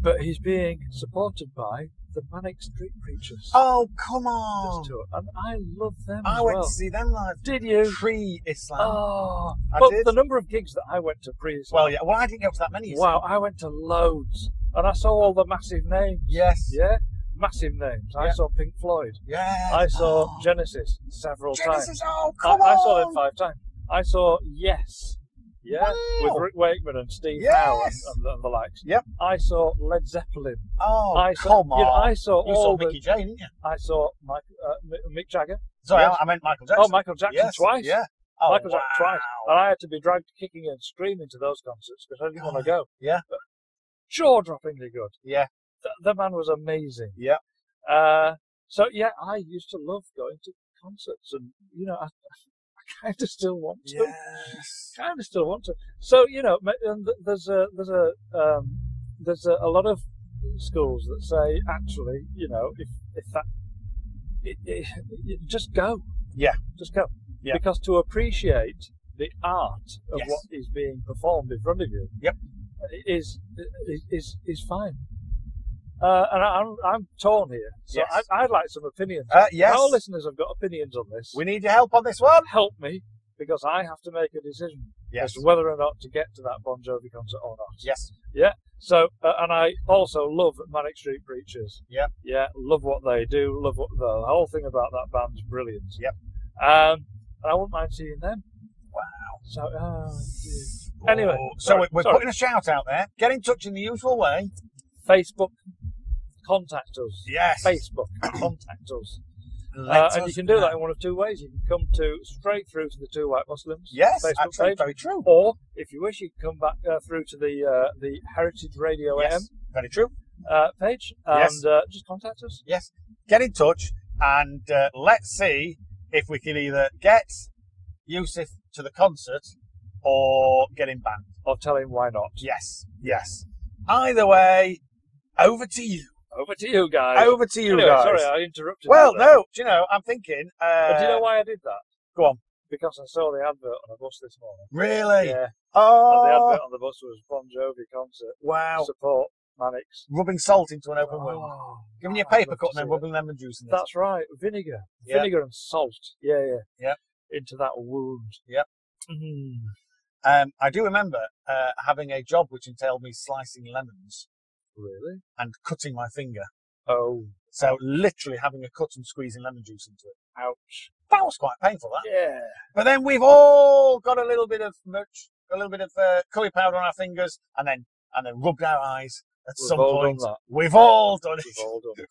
[SPEAKER 2] But he's being supported by the Manic Street Preachers.
[SPEAKER 3] Oh, come
[SPEAKER 2] this
[SPEAKER 3] on.
[SPEAKER 2] tour, and I love them
[SPEAKER 3] I
[SPEAKER 2] as
[SPEAKER 3] went
[SPEAKER 2] well.
[SPEAKER 3] to see them live
[SPEAKER 2] Did you?
[SPEAKER 3] pre-Islam.
[SPEAKER 2] Oh,
[SPEAKER 3] I
[SPEAKER 2] but
[SPEAKER 3] did.
[SPEAKER 2] the number of gigs that I went to pre
[SPEAKER 3] Well, yeah. Well, I didn't go to that many.
[SPEAKER 2] Wow, I went to loads, and I saw all the massive names.
[SPEAKER 3] Yes.
[SPEAKER 2] Yeah, massive names. I
[SPEAKER 3] Yeah.
[SPEAKER 2] saw Pink Floyd.
[SPEAKER 3] Yes.
[SPEAKER 2] I saw
[SPEAKER 3] Oh,
[SPEAKER 2] Genesis several times.
[SPEAKER 3] Genesis. Oh,
[SPEAKER 2] I,
[SPEAKER 3] come
[SPEAKER 2] I
[SPEAKER 3] on.
[SPEAKER 2] saw them five times. I saw Yes. Yeah,
[SPEAKER 3] Wow.
[SPEAKER 2] with Rick Wakeman and Steve Howe and,
[SPEAKER 3] Yes.
[SPEAKER 2] and, the- and the likes.
[SPEAKER 3] Yep.
[SPEAKER 2] I saw Led Zeppelin.
[SPEAKER 3] Oh,
[SPEAKER 2] I saw.
[SPEAKER 3] come
[SPEAKER 2] You know,
[SPEAKER 3] on.
[SPEAKER 2] I saw
[SPEAKER 3] You
[SPEAKER 2] all
[SPEAKER 3] saw
[SPEAKER 2] the.
[SPEAKER 3] Mickey Jane, didn't you?
[SPEAKER 2] I saw Mike, uh, Mi- Mick Jagger.
[SPEAKER 3] Sorry,
[SPEAKER 2] Yes.
[SPEAKER 3] I, I meant Michael Jackson.
[SPEAKER 2] Oh, Michael Jackson
[SPEAKER 3] yes.
[SPEAKER 2] twice.
[SPEAKER 3] Yeah. Oh,
[SPEAKER 2] Michael
[SPEAKER 3] wow.
[SPEAKER 2] Jackson twice. And I had to be dragged kicking and screaming to those concerts because I didn't want to go.
[SPEAKER 3] (sighs) Yeah.
[SPEAKER 2] But jaw-droppingly good.
[SPEAKER 3] Yeah.
[SPEAKER 2] Th- the man was amazing.
[SPEAKER 3] Yeah.
[SPEAKER 2] Uh, so yeah, I used to love going to concerts, and you know, I, (laughs) I kind of still want to.
[SPEAKER 3] Yes.
[SPEAKER 2] Kind of still want to. So you know, ma- and th- there's a there's a um, there's a, a lot of schools that say actually, you know, if if that it, it, it- just go,
[SPEAKER 3] Yeah.
[SPEAKER 2] just go,
[SPEAKER 3] Yeah.
[SPEAKER 2] because to appreciate the art of
[SPEAKER 3] Yes.
[SPEAKER 2] what is being performed in front of you,
[SPEAKER 3] Yep.
[SPEAKER 2] is is is, is fine. Uh, and I- I'm, I'm torn here, so
[SPEAKER 3] Yes.
[SPEAKER 2] I, I'd like some opinions.
[SPEAKER 3] Uh, yes.
[SPEAKER 2] Our listeners have got opinions on this.
[SPEAKER 3] We need your help on this one.
[SPEAKER 2] Help me, because I have to make a decision as
[SPEAKER 3] Yes.
[SPEAKER 2] to whether or not to get to that Bon Jovi concert or not.
[SPEAKER 3] Yes.
[SPEAKER 2] So, uh, and I also love Manic Street Preachers.
[SPEAKER 3] Yeah.
[SPEAKER 2] Yeah, love what they do. Love what the whole thing about that band's brilliant.
[SPEAKER 3] Yep.
[SPEAKER 2] Um, and I wouldn't mind seeing them.
[SPEAKER 3] Wow.
[SPEAKER 2] So, oh, dear. Anyway,
[SPEAKER 3] Oh, so
[SPEAKER 2] sorry,
[SPEAKER 3] we- we're
[SPEAKER 2] sorry.
[SPEAKER 3] putting a shout out there. Get in touch in the usual way.
[SPEAKER 2] Facebook, contact us.
[SPEAKER 3] Yes.
[SPEAKER 2] Facebook, (coughs) contact us. Uh,
[SPEAKER 3] Let
[SPEAKER 2] and you
[SPEAKER 3] us
[SPEAKER 2] can do
[SPEAKER 3] know.
[SPEAKER 2] that in one of two ways. You can come to straight through to the Two White Muslims
[SPEAKER 3] Yes,
[SPEAKER 2] Facebook
[SPEAKER 3] actually,
[SPEAKER 2] page,
[SPEAKER 3] very true.
[SPEAKER 2] or if you wish, you can come back uh, through to the uh, the Heritage Radio
[SPEAKER 3] Yes, very true.
[SPEAKER 2] AM uh, page and
[SPEAKER 3] Yes.
[SPEAKER 2] uh, just contact us.
[SPEAKER 3] Yes. Get in touch and uh, let's see if we can either get Yusuf to the concert or get him banned.
[SPEAKER 2] or tell him why not.
[SPEAKER 3] Yes, yes. Either way, over to you.
[SPEAKER 2] Over to you guys.
[SPEAKER 3] Over to you
[SPEAKER 2] Anyway,
[SPEAKER 3] guys.
[SPEAKER 2] Sorry, I interrupted. you
[SPEAKER 3] well,
[SPEAKER 2] there.
[SPEAKER 3] no, do you know, I'm thinking. Uh,
[SPEAKER 2] But do you know why I did that?
[SPEAKER 3] Go on.
[SPEAKER 2] Because I saw the advert on a bus this morning.
[SPEAKER 3] Really?
[SPEAKER 2] Yeah. And the
[SPEAKER 3] Oh,
[SPEAKER 2] advert on the bus was Bon Jovi concert.
[SPEAKER 3] wow.
[SPEAKER 2] Support Mannix.
[SPEAKER 3] Rubbing salt into an open wound.
[SPEAKER 2] Oh,
[SPEAKER 3] Giving you a
[SPEAKER 2] I'd
[SPEAKER 3] paper
[SPEAKER 2] love
[SPEAKER 3] cut
[SPEAKER 2] to
[SPEAKER 3] and then
[SPEAKER 2] see
[SPEAKER 3] rubbing lemon juice in
[SPEAKER 2] that.
[SPEAKER 3] it.
[SPEAKER 2] That's right. Vinegar.
[SPEAKER 3] Yeah.
[SPEAKER 2] Vinegar and salt. Yeah, yeah.
[SPEAKER 3] Yeah.
[SPEAKER 2] Into that wound.
[SPEAKER 3] Yep.
[SPEAKER 2] Mm.
[SPEAKER 3] Um, I do remember uh, having a job which entailed me slicing lemons
[SPEAKER 2] Really?
[SPEAKER 3] and cutting my finger.
[SPEAKER 2] Oh,
[SPEAKER 3] So literally having a cut and squeezing lemon juice into it.
[SPEAKER 2] ouch.
[SPEAKER 3] That was quite painful, that.
[SPEAKER 2] Yeah.
[SPEAKER 3] But then we've all got a little bit of merch, a little bit of uh, curry powder on our fingers, and then and then rubbed our eyes at
[SPEAKER 2] We've
[SPEAKER 3] some
[SPEAKER 2] all done
[SPEAKER 3] point.
[SPEAKER 2] that.
[SPEAKER 3] We've all done it.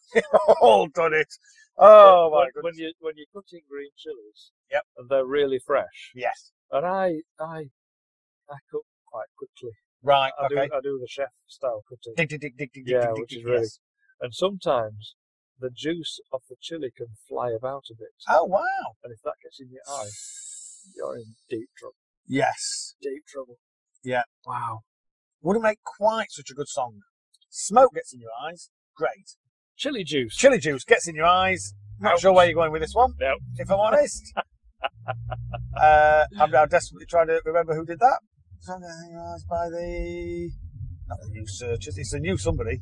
[SPEAKER 3] (laughs)
[SPEAKER 2] We've all done it.
[SPEAKER 3] all done it. Oh
[SPEAKER 2] when,
[SPEAKER 3] my goodness.
[SPEAKER 2] when you when you're cutting green chilies,
[SPEAKER 3] Yep.
[SPEAKER 2] and they're really fresh,
[SPEAKER 3] Yes.
[SPEAKER 2] And I, I, I cook quite quickly.
[SPEAKER 3] Right.
[SPEAKER 2] I
[SPEAKER 3] okay.
[SPEAKER 2] do, I do the chef style cutting.
[SPEAKER 3] Dig, dig, dig, dig, dig, dig,
[SPEAKER 2] Yeah,
[SPEAKER 3] dig, dig,
[SPEAKER 2] which
[SPEAKER 3] dig,
[SPEAKER 2] is really-
[SPEAKER 3] yes.
[SPEAKER 2] And sometimes the juice of the chili can fly about a bit.
[SPEAKER 3] Oh wow.
[SPEAKER 2] And if that gets in your eye, you're in deep trouble.
[SPEAKER 3] Yes.
[SPEAKER 2] Deep trouble.
[SPEAKER 3] Yeah.
[SPEAKER 2] Wow.
[SPEAKER 3] Wouldn't make quite such a good song. Smoke gets in your eyes. Great.
[SPEAKER 2] Chili juice.
[SPEAKER 3] Chili juice gets in your eyes. Not sure where you're going with this one,
[SPEAKER 2] No.
[SPEAKER 3] if
[SPEAKER 2] (laughs)
[SPEAKER 3] I'm honest. uh, I'm now desperately trying to remember who did that. Something in your eyes by the. Not the new searchers, it's a new somebody.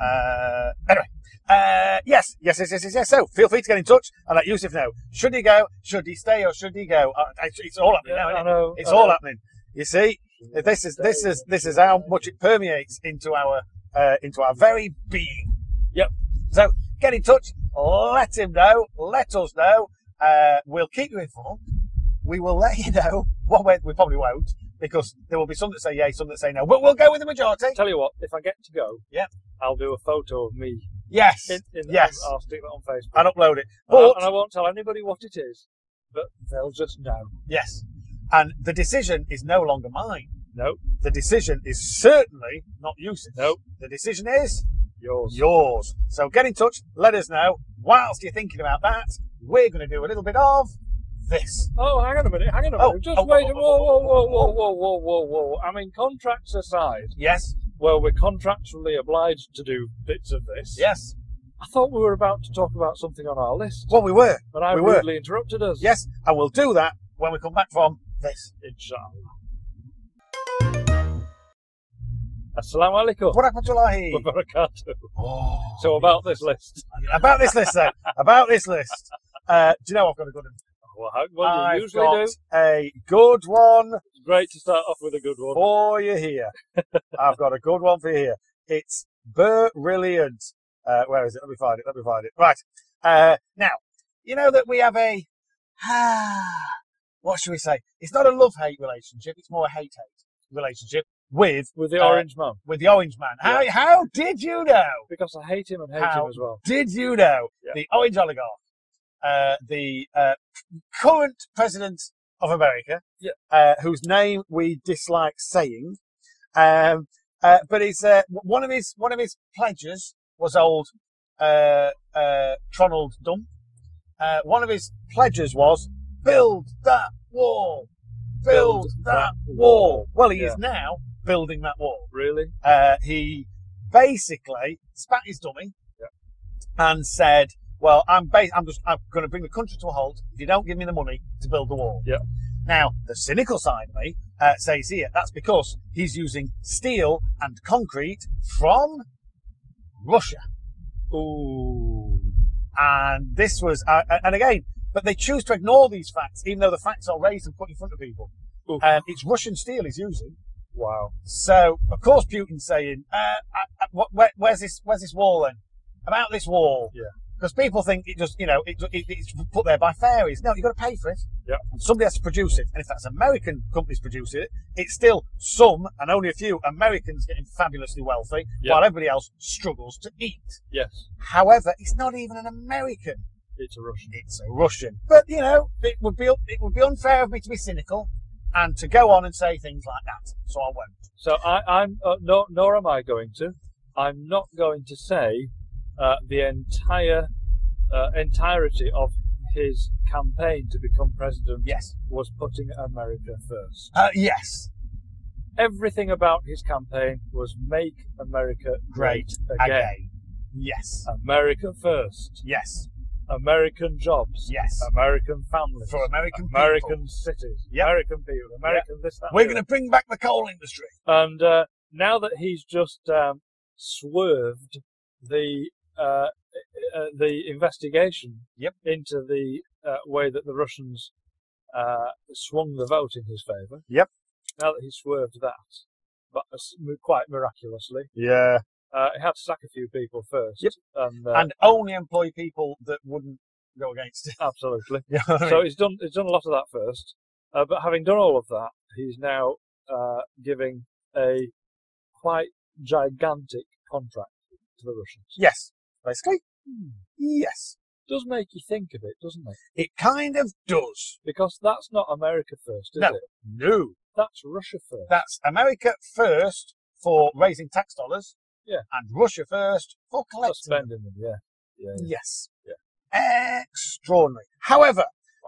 [SPEAKER 3] Uh, anyway, uh, yes, yes, yes, yes, yes, yes. So feel free to get in touch and let Yusuf know. Should he go? Should he stay? Or should he go? Uh, it's, it's all happening
[SPEAKER 2] Yeah,
[SPEAKER 3] now.
[SPEAKER 2] I
[SPEAKER 3] Isn't it?
[SPEAKER 2] know.
[SPEAKER 3] It's
[SPEAKER 2] I
[SPEAKER 3] all
[SPEAKER 2] know.
[SPEAKER 3] happening. You see, this is this is this is how much it permeates into our uh, into our very being.
[SPEAKER 2] Yep.
[SPEAKER 3] So get in touch. Let him know. Let us know. Uh, we'll keep you informed. We will let you know. (laughs) Well, we, we probably won't because there will be some that say yay, some that say no. But we'll go with the majority.
[SPEAKER 2] Tell you what, if I get to go,
[SPEAKER 3] Yeah.
[SPEAKER 2] I'll do a photo of me.
[SPEAKER 3] Yes.
[SPEAKER 2] In, in,
[SPEAKER 3] Yes.
[SPEAKER 2] I'll, I'll stick that on Facebook.
[SPEAKER 3] And upload it.
[SPEAKER 2] And I-
[SPEAKER 3] But
[SPEAKER 2] Uh, and I won't tell anybody what it is, but they'll just know.
[SPEAKER 3] yes. And the decision is no longer mine.
[SPEAKER 2] No,
[SPEAKER 3] The decision is certainly not useless.
[SPEAKER 2] No.
[SPEAKER 3] The decision is
[SPEAKER 2] yours.
[SPEAKER 3] yours. So get in touch, let us know. Whilst you're thinking about that, we're going to do a little bit of this.
[SPEAKER 2] Oh, hang on a minute, hang on a minute.
[SPEAKER 3] Oh,
[SPEAKER 2] Just
[SPEAKER 3] oh,
[SPEAKER 2] wait.
[SPEAKER 3] oh,
[SPEAKER 2] Whoa,
[SPEAKER 3] oh,
[SPEAKER 2] whoa, whoa, whoa, whoa, whoa, whoa, whoa. I mean, contracts aside,
[SPEAKER 3] Yes,
[SPEAKER 2] where we're contractually obliged to do bits of this.
[SPEAKER 3] yes.
[SPEAKER 2] I thought we were about to talk about something on our list,
[SPEAKER 3] Well, we were.
[SPEAKER 2] but I
[SPEAKER 3] we were.
[SPEAKER 2] rudely interrupted us.
[SPEAKER 3] Yes, and we'll do that when we come back from this.
[SPEAKER 2] Inshallah. Assalamu alaikum.
[SPEAKER 3] What happened to Lahi?
[SPEAKER 2] wa barakatuh.
[SPEAKER 3] Oh,
[SPEAKER 2] So about this list.
[SPEAKER 3] about this list then. about this list. Uh, do you know I've got a good one?
[SPEAKER 2] Well, how, what do
[SPEAKER 3] I've
[SPEAKER 2] you usually
[SPEAKER 3] got
[SPEAKER 2] do?
[SPEAKER 3] a good one
[SPEAKER 2] It's great to start off with a good one.
[SPEAKER 3] for you here. I've got a good one for you here. It's brilliant. Uh, where is it? Let me find it. Let me find it. Right. Uh, now, you know that we have a, (sighs) what should we say? It's not a love hate relationship. It's more a hate hate relationship with,
[SPEAKER 2] With the
[SPEAKER 3] Uh,
[SPEAKER 2] orange mum.
[SPEAKER 3] with the orange man. How, how did you know?
[SPEAKER 2] Because I hate him and hate
[SPEAKER 3] How
[SPEAKER 2] him as well.
[SPEAKER 3] Did you know
[SPEAKER 2] Yeah.
[SPEAKER 3] the orange oligarch, uh, the uh, current president of America,
[SPEAKER 2] Yeah.
[SPEAKER 3] uh, whose name we dislike saying, um, uh, but his uh, w- one of his one of his pledges was old uh, uh, Tronald Dump. Uh, one of his pledges was build that wall, build,
[SPEAKER 2] Build
[SPEAKER 3] that,
[SPEAKER 2] that
[SPEAKER 3] wall.
[SPEAKER 2] wall.
[SPEAKER 3] Well, he
[SPEAKER 2] Yeah.
[SPEAKER 3] is now building that wall
[SPEAKER 2] Really?
[SPEAKER 3] uh, he basically spat his dummy
[SPEAKER 2] Yeah.
[SPEAKER 3] and said, "Well, I'm ba- I'm just I'm going to bring the country to a halt if you don't give me the money to build the wall."
[SPEAKER 2] Yeah.
[SPEAKER 3] Now, the cynical side of me uh, says here that's because he's using steel and concrete from Russia,
[SPEAKER 2] Ooh.
[SPEAKER 3] and this was uh, and again, but they choose to ignore these facts, even though the facts are raised and put in front of people.
[SPEAKER 2] Oof.
[SPEAKER 3] Um, it's Russian steel he's using.
[SPEAKER 2] Wow.
[SPEAKER 3] So of course Putin's saying, uh, uh, uh, wh- where, "Where's this? Where's this wall then? About this wall?
[SPEAKER 2] Yeah.
[SPEAKER 3] Because people think it just, you know, it, it, it's put there by fairies. No, you've got to pay for it.
[SPEAKER 2] Yeah.
[SPEAKER 3] Somebody has to produce it, and if that's American companies producing it, it's still some and only a few Americans getting fabulously wealthy,
[SPEAKER 2] Yeah.
[SPEAKER 3] while everybody else struggles to eat.
[SPEAKER 2] Yes,
[SPEAKER 3] However, it's not even an American;
[SPEAKER 2] it's a Russian.
[SPEAKER 3] it's a Russian. But you know, it would be it would be unfair of me to be cynical and to go on and say things like that. So I won't.
[SPEAKER 2] So I, I'm uh, no, nor am I going to. I'm not going to say uh, the entire uh, entirety of his campaign to become president
[SPEAKER 3] Yes.
[SPEAKER 2] was putting America first.
[SPEAKER 3] Uh, yes.
[SPEAKER 2] Everything about his campaign was make America great, again.
[SPEAKER 3] Again. Yes.
[SPEAKER 2] America first.
[SPEAKER 3] Yes.
[SPEAKER 2] American jobs.
[SPEAKER 3] Yes.
[SPEAKER 2] American families.
[SPEAKER 3] For American people.
[SPEAKER 2] Um, American cities.
[SPEAKER 3] Yep.
[SPEAKER 2] American people. American this, that.
[SPEAKER 3] We're
[SPEAKER 2] the
[SPEAKER 3] going
[SPEAKER 2] other.
[SPEAKER 3] to bring back the coal industry.
[SPEAKER 2] And uh, now that he's just um, swerved the uh, uh, the investigation
[SPEAKER 3] Yep.
[SPEAKER 2] into the uh, way that the Russians uh, swung the vote in his favour.
[SPEAKER 3] Yep.
[SPEAKER 2] Now that he's swerved that, but s- quite miraculously,
[SPEAKER 3] Yeah.
[SPEAKER 2] uh, he had to sack a few people first.
[SPEAKER 3] Yep.
[SPEAKER 2] And, uh,
[SPEAKER 3] And only employ people that wouldn't go against it. (laughs)
[SPEAKER 2] absolutely.
[SPEAKER 3] You know what I mean?
[SPEAKER 2] So he's done he's done a lot of that first, uh, but having done all of that, he's now uh, giving a quite gigantic contract to the Russians.
[SPEAKER 3] yes. Basically. Yes.
[SPEAKER 2] does make you think of it, doesn't it?
[SPEAKER 3] It kind of does.
[SPEAKER 2] Because that's not America first, is
[SPEAKER 3] No.
[SPEAKER 2] it?
[SPEAKER 3] No.
[SPEAKER 2] That's Russia first.
[SPEAKER 3] That's America first for raising tax dollars.
[SPEAKER 2] Yeah.
[SPEAKER 3] And Russia first for
[SPEAKER 2] For
[SPEAKER 3] collecting. them.
[SPEAKER 2] spending them, yeah. Yeah. yeah.
[SPEAKER 3] Yes. Extraordinary. However,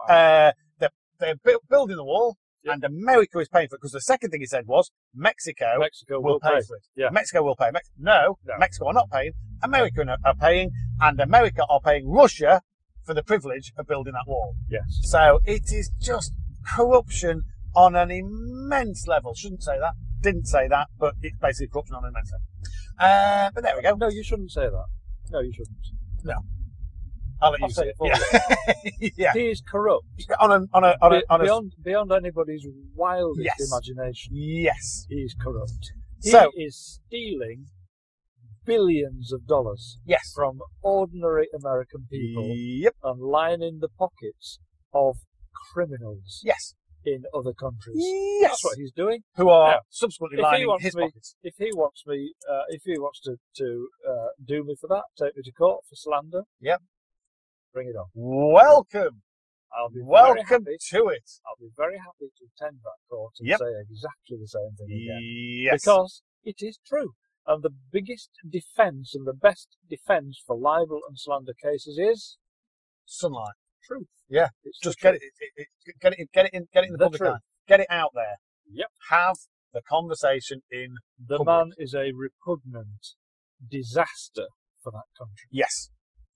[SPEAKER 2] Wow.
[SPEAKER 3] uh, they're, they're bu- building the wall,
[SPEAKER 2] Yeah.
[SPEAKER 3] and America is paying for it because the second thing he said was Mexico
[SPEAKER 2] Mexico
[SPEAKER 3] will pay, for it.
[SPEAKER 2] Yeah.
[SPEAKER 3] Mexico will pay. Mex- no,
[SPEAKER 2] No.
[SPEAKER 3] Mexico are not paying. America are- are paying, and America are paying Russia for the privilege of building that wall.
[SPEAKER 2] Yes.
[SPEAKER 3] So it is just corruption on an immense level. Shouldn't say that. Didn't say that, but it's basically corruption on an immense level. Uh, but there we go.
[SPEAKER 2] No, you shouldn't say that. No, you shouldn't.
[SPEAKER 3] I'll let you
[SPEAKER 2] I'll say
[SPEAKER 3] say
[SPEAKER 2] it
[SPEAKER 3] it.
[SPEAKER 2] for
[SPEAKER 3] Yeah. (laughs) yeah.
[SPEAKER 2] He is corrupt.
[SPEAKER 3] On a on a on a,
[SPEAKER 2] Be-
[SPEAKER 3] on a
[SPEAKER 2] beyond beyond anybody's wildest
[SPEAKER 3] Yes.
[SPEAKER 2] imagination,
[SPEAKER 3] yes.
[SPEAKER 2] he is corrupt. He
[SPEAKER 3] So
[SPEAKER 2] is stealing billions of dollars
[SPEAKER 3] Yes.
[SPEAKER 2] from ordinary American people
[SPEAKER 3] Yep.
[SPEAKER 2] and lining the pockets of criminals
[SPEAKER 3] Yes.
[SPEAKER 2] in other countries.
[SPEAKER 3] Yes.
[SPEAKER 2] That's what he's doing.
[SPEAKER 3] Who are
[SPEAKER 2] Yeah.
[SPEAKER 3] subsequently
[SPEAKER 2] If he
[SPEAKER 3] lining
[SPEAKER 2] wants
[SPEAKER 3] his
[SPEAKER 2] me-
[SPEAKER 3] pockets.
[SPEAKER 2] If he wants me, uh, if he wants to to uh, do me for that, take me to court for slander.
[SPEAKER 3] Yep.
[SPEAKER 2] Bring it on.
[SPEAKER 3] Welcome.
[SPEAKER 2] I'll be Very
[SPEAKER 3] Welcome
[SPEAKER 2] happy.
[SPEAKER 3] to it.
[SPEAKER 2] I'll be very happy to attend that court and
[SPEAKER 3] Yep.
[SPEAKER 2] say exactly the same thing again
[SPEAKER 3] Yes.
[SPEAKER 2] because it is true. And the biggest defence and the best defence for libel and slander cases is
[SPEAKER 3] Sunlight.
[SPEAKER 2] truth.
[SPEAKER 3] Yeah.
[SPEAKER 2] It's
[SPEAKER 3] Just
[SPEAKER 2] the
[SPEAKER 3] get it, it, it, get it, get it in, get it in the,
[SPEAKER 2] The
[SPEAKER 3] public
[SPEAKER 2] truth.
[SPEAKER 3] eye. Get it out there.
[SPEAKER 2] Yep.
[SPEAKER 3] Have the conversation in.
[SPEAKER 2] The
[SPEAKER 3] Public.
[SPEAKER 2] man is a repugnant disaster for that country.
[SPEAKER 3] Yes.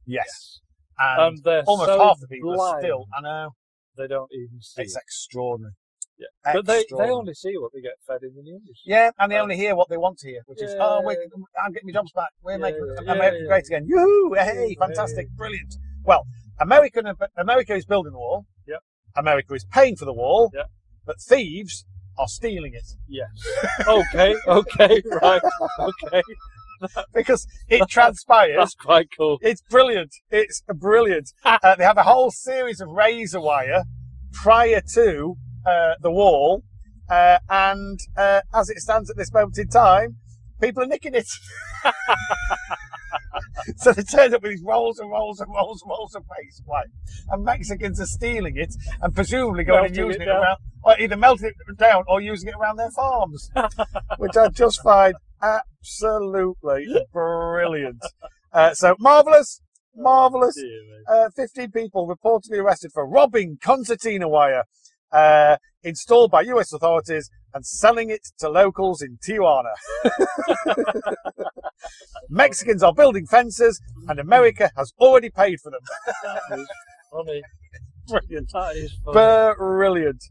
[SPEAKER 3] Yes.
[SPEAKER 2] Yes.
[SPEAKER 3] And
[SPEAKER 2] And Um, they're
[SPEAKER 3] almost
[SPEAKER 2] so
[SPEAKER 3] half the people are
[SPEAKER 2] blind,
[SPEAKER 3] still. I know.
[SPEAKER 2] They don't even see.
[SPEAKER 3] It's extraordinary.
[SPEAKER 2] Yeah. But they, they
[SPEAKER 3] Extraordinary.
[SPEAKER 2] only see what they get fed in the news.
[SPEAKER 3] Yeah, and they
[SPEAKER 2] Um,
[SPEAKER 3] only hear what they want to hear, which is,
[SPEAKER 2] yeah.
[SPEAKER 3] oh, we're, I'm getting my jobs back. We're
[SPEAKER 2] Yeah,
[SPEAKER 3] making
[SPEAKER 2] yeah,
[SPEAKER 3] America
[SPEAKER 2] yeah.
[SPEAKER 3] great again. Yoo-hoo! Hey,
[SPEAKER 2] Yeah.
[SPEAKER 3] fantastic, brilliant. Well, American, America is building the wall.
[SPEAKER 2] Yep.
[SPEAKER 3] America is paying for the wall.
[SPEAKER 2] Yep.
[SPEAKER 3] But thieves are stealing it (laughs)
[SPEAKER 2] Yes. okay, okay, right, okay.
[SPEAKER 3] because it transpires.
[SPEAKER 2] That's quite cool.
[SPEAKER 3] it's brilliant. It's
[SPEAKER 2] (laughs)
[SPEAKER 3] brilliant. uh, they have a whole series of razor wire prior to uh, the wall. Uh, and uh, as it stands at this moment in time, people are nicking it. (laughs) so they turn up with these rolls and rolls and rolls and rolls of razor wire. And Mexicans are stealing it and presumably going
[SPEAKER 2] Melting
[SPEAKER 3] and using
[SPEAKER 2] it
[SPEAKER 3] it,
[SPEAKER 2] down.
[SPEAKER 3] around, or either melting it down or using it around their
[SPEAKER 2] (laughs)
[SPEAKER 3] farms, which I just find absolutely brilliant. Uh, so marvelous, marvelous.
[SPEAKER 2] Oh, Dear me.
[SPEAKER 3] Uh, 15 people reportedly arrested for robbing concertina wire uh, installed by US authorities and selling it to locals in Tijuana. (laughs) Mexicans are building fences, and America has already paid for them. (laughs)
[SPEAKER 2] That is funny.
[SPEAKER 3] Brilliant.
[SPEAKER 2] That
[SPEAKER 3] (laughs)
[SPEAKER 2] is funny.
[SPEAKER 3] Brilliant.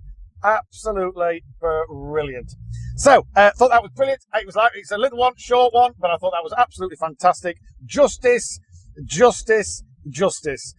[SPEAKER 3] Absolutely brilliant. So, uh, thought that was brilliant. It was like it's a little one, short one, but I thought that was absolutely fantastic. Justice, justice, justice.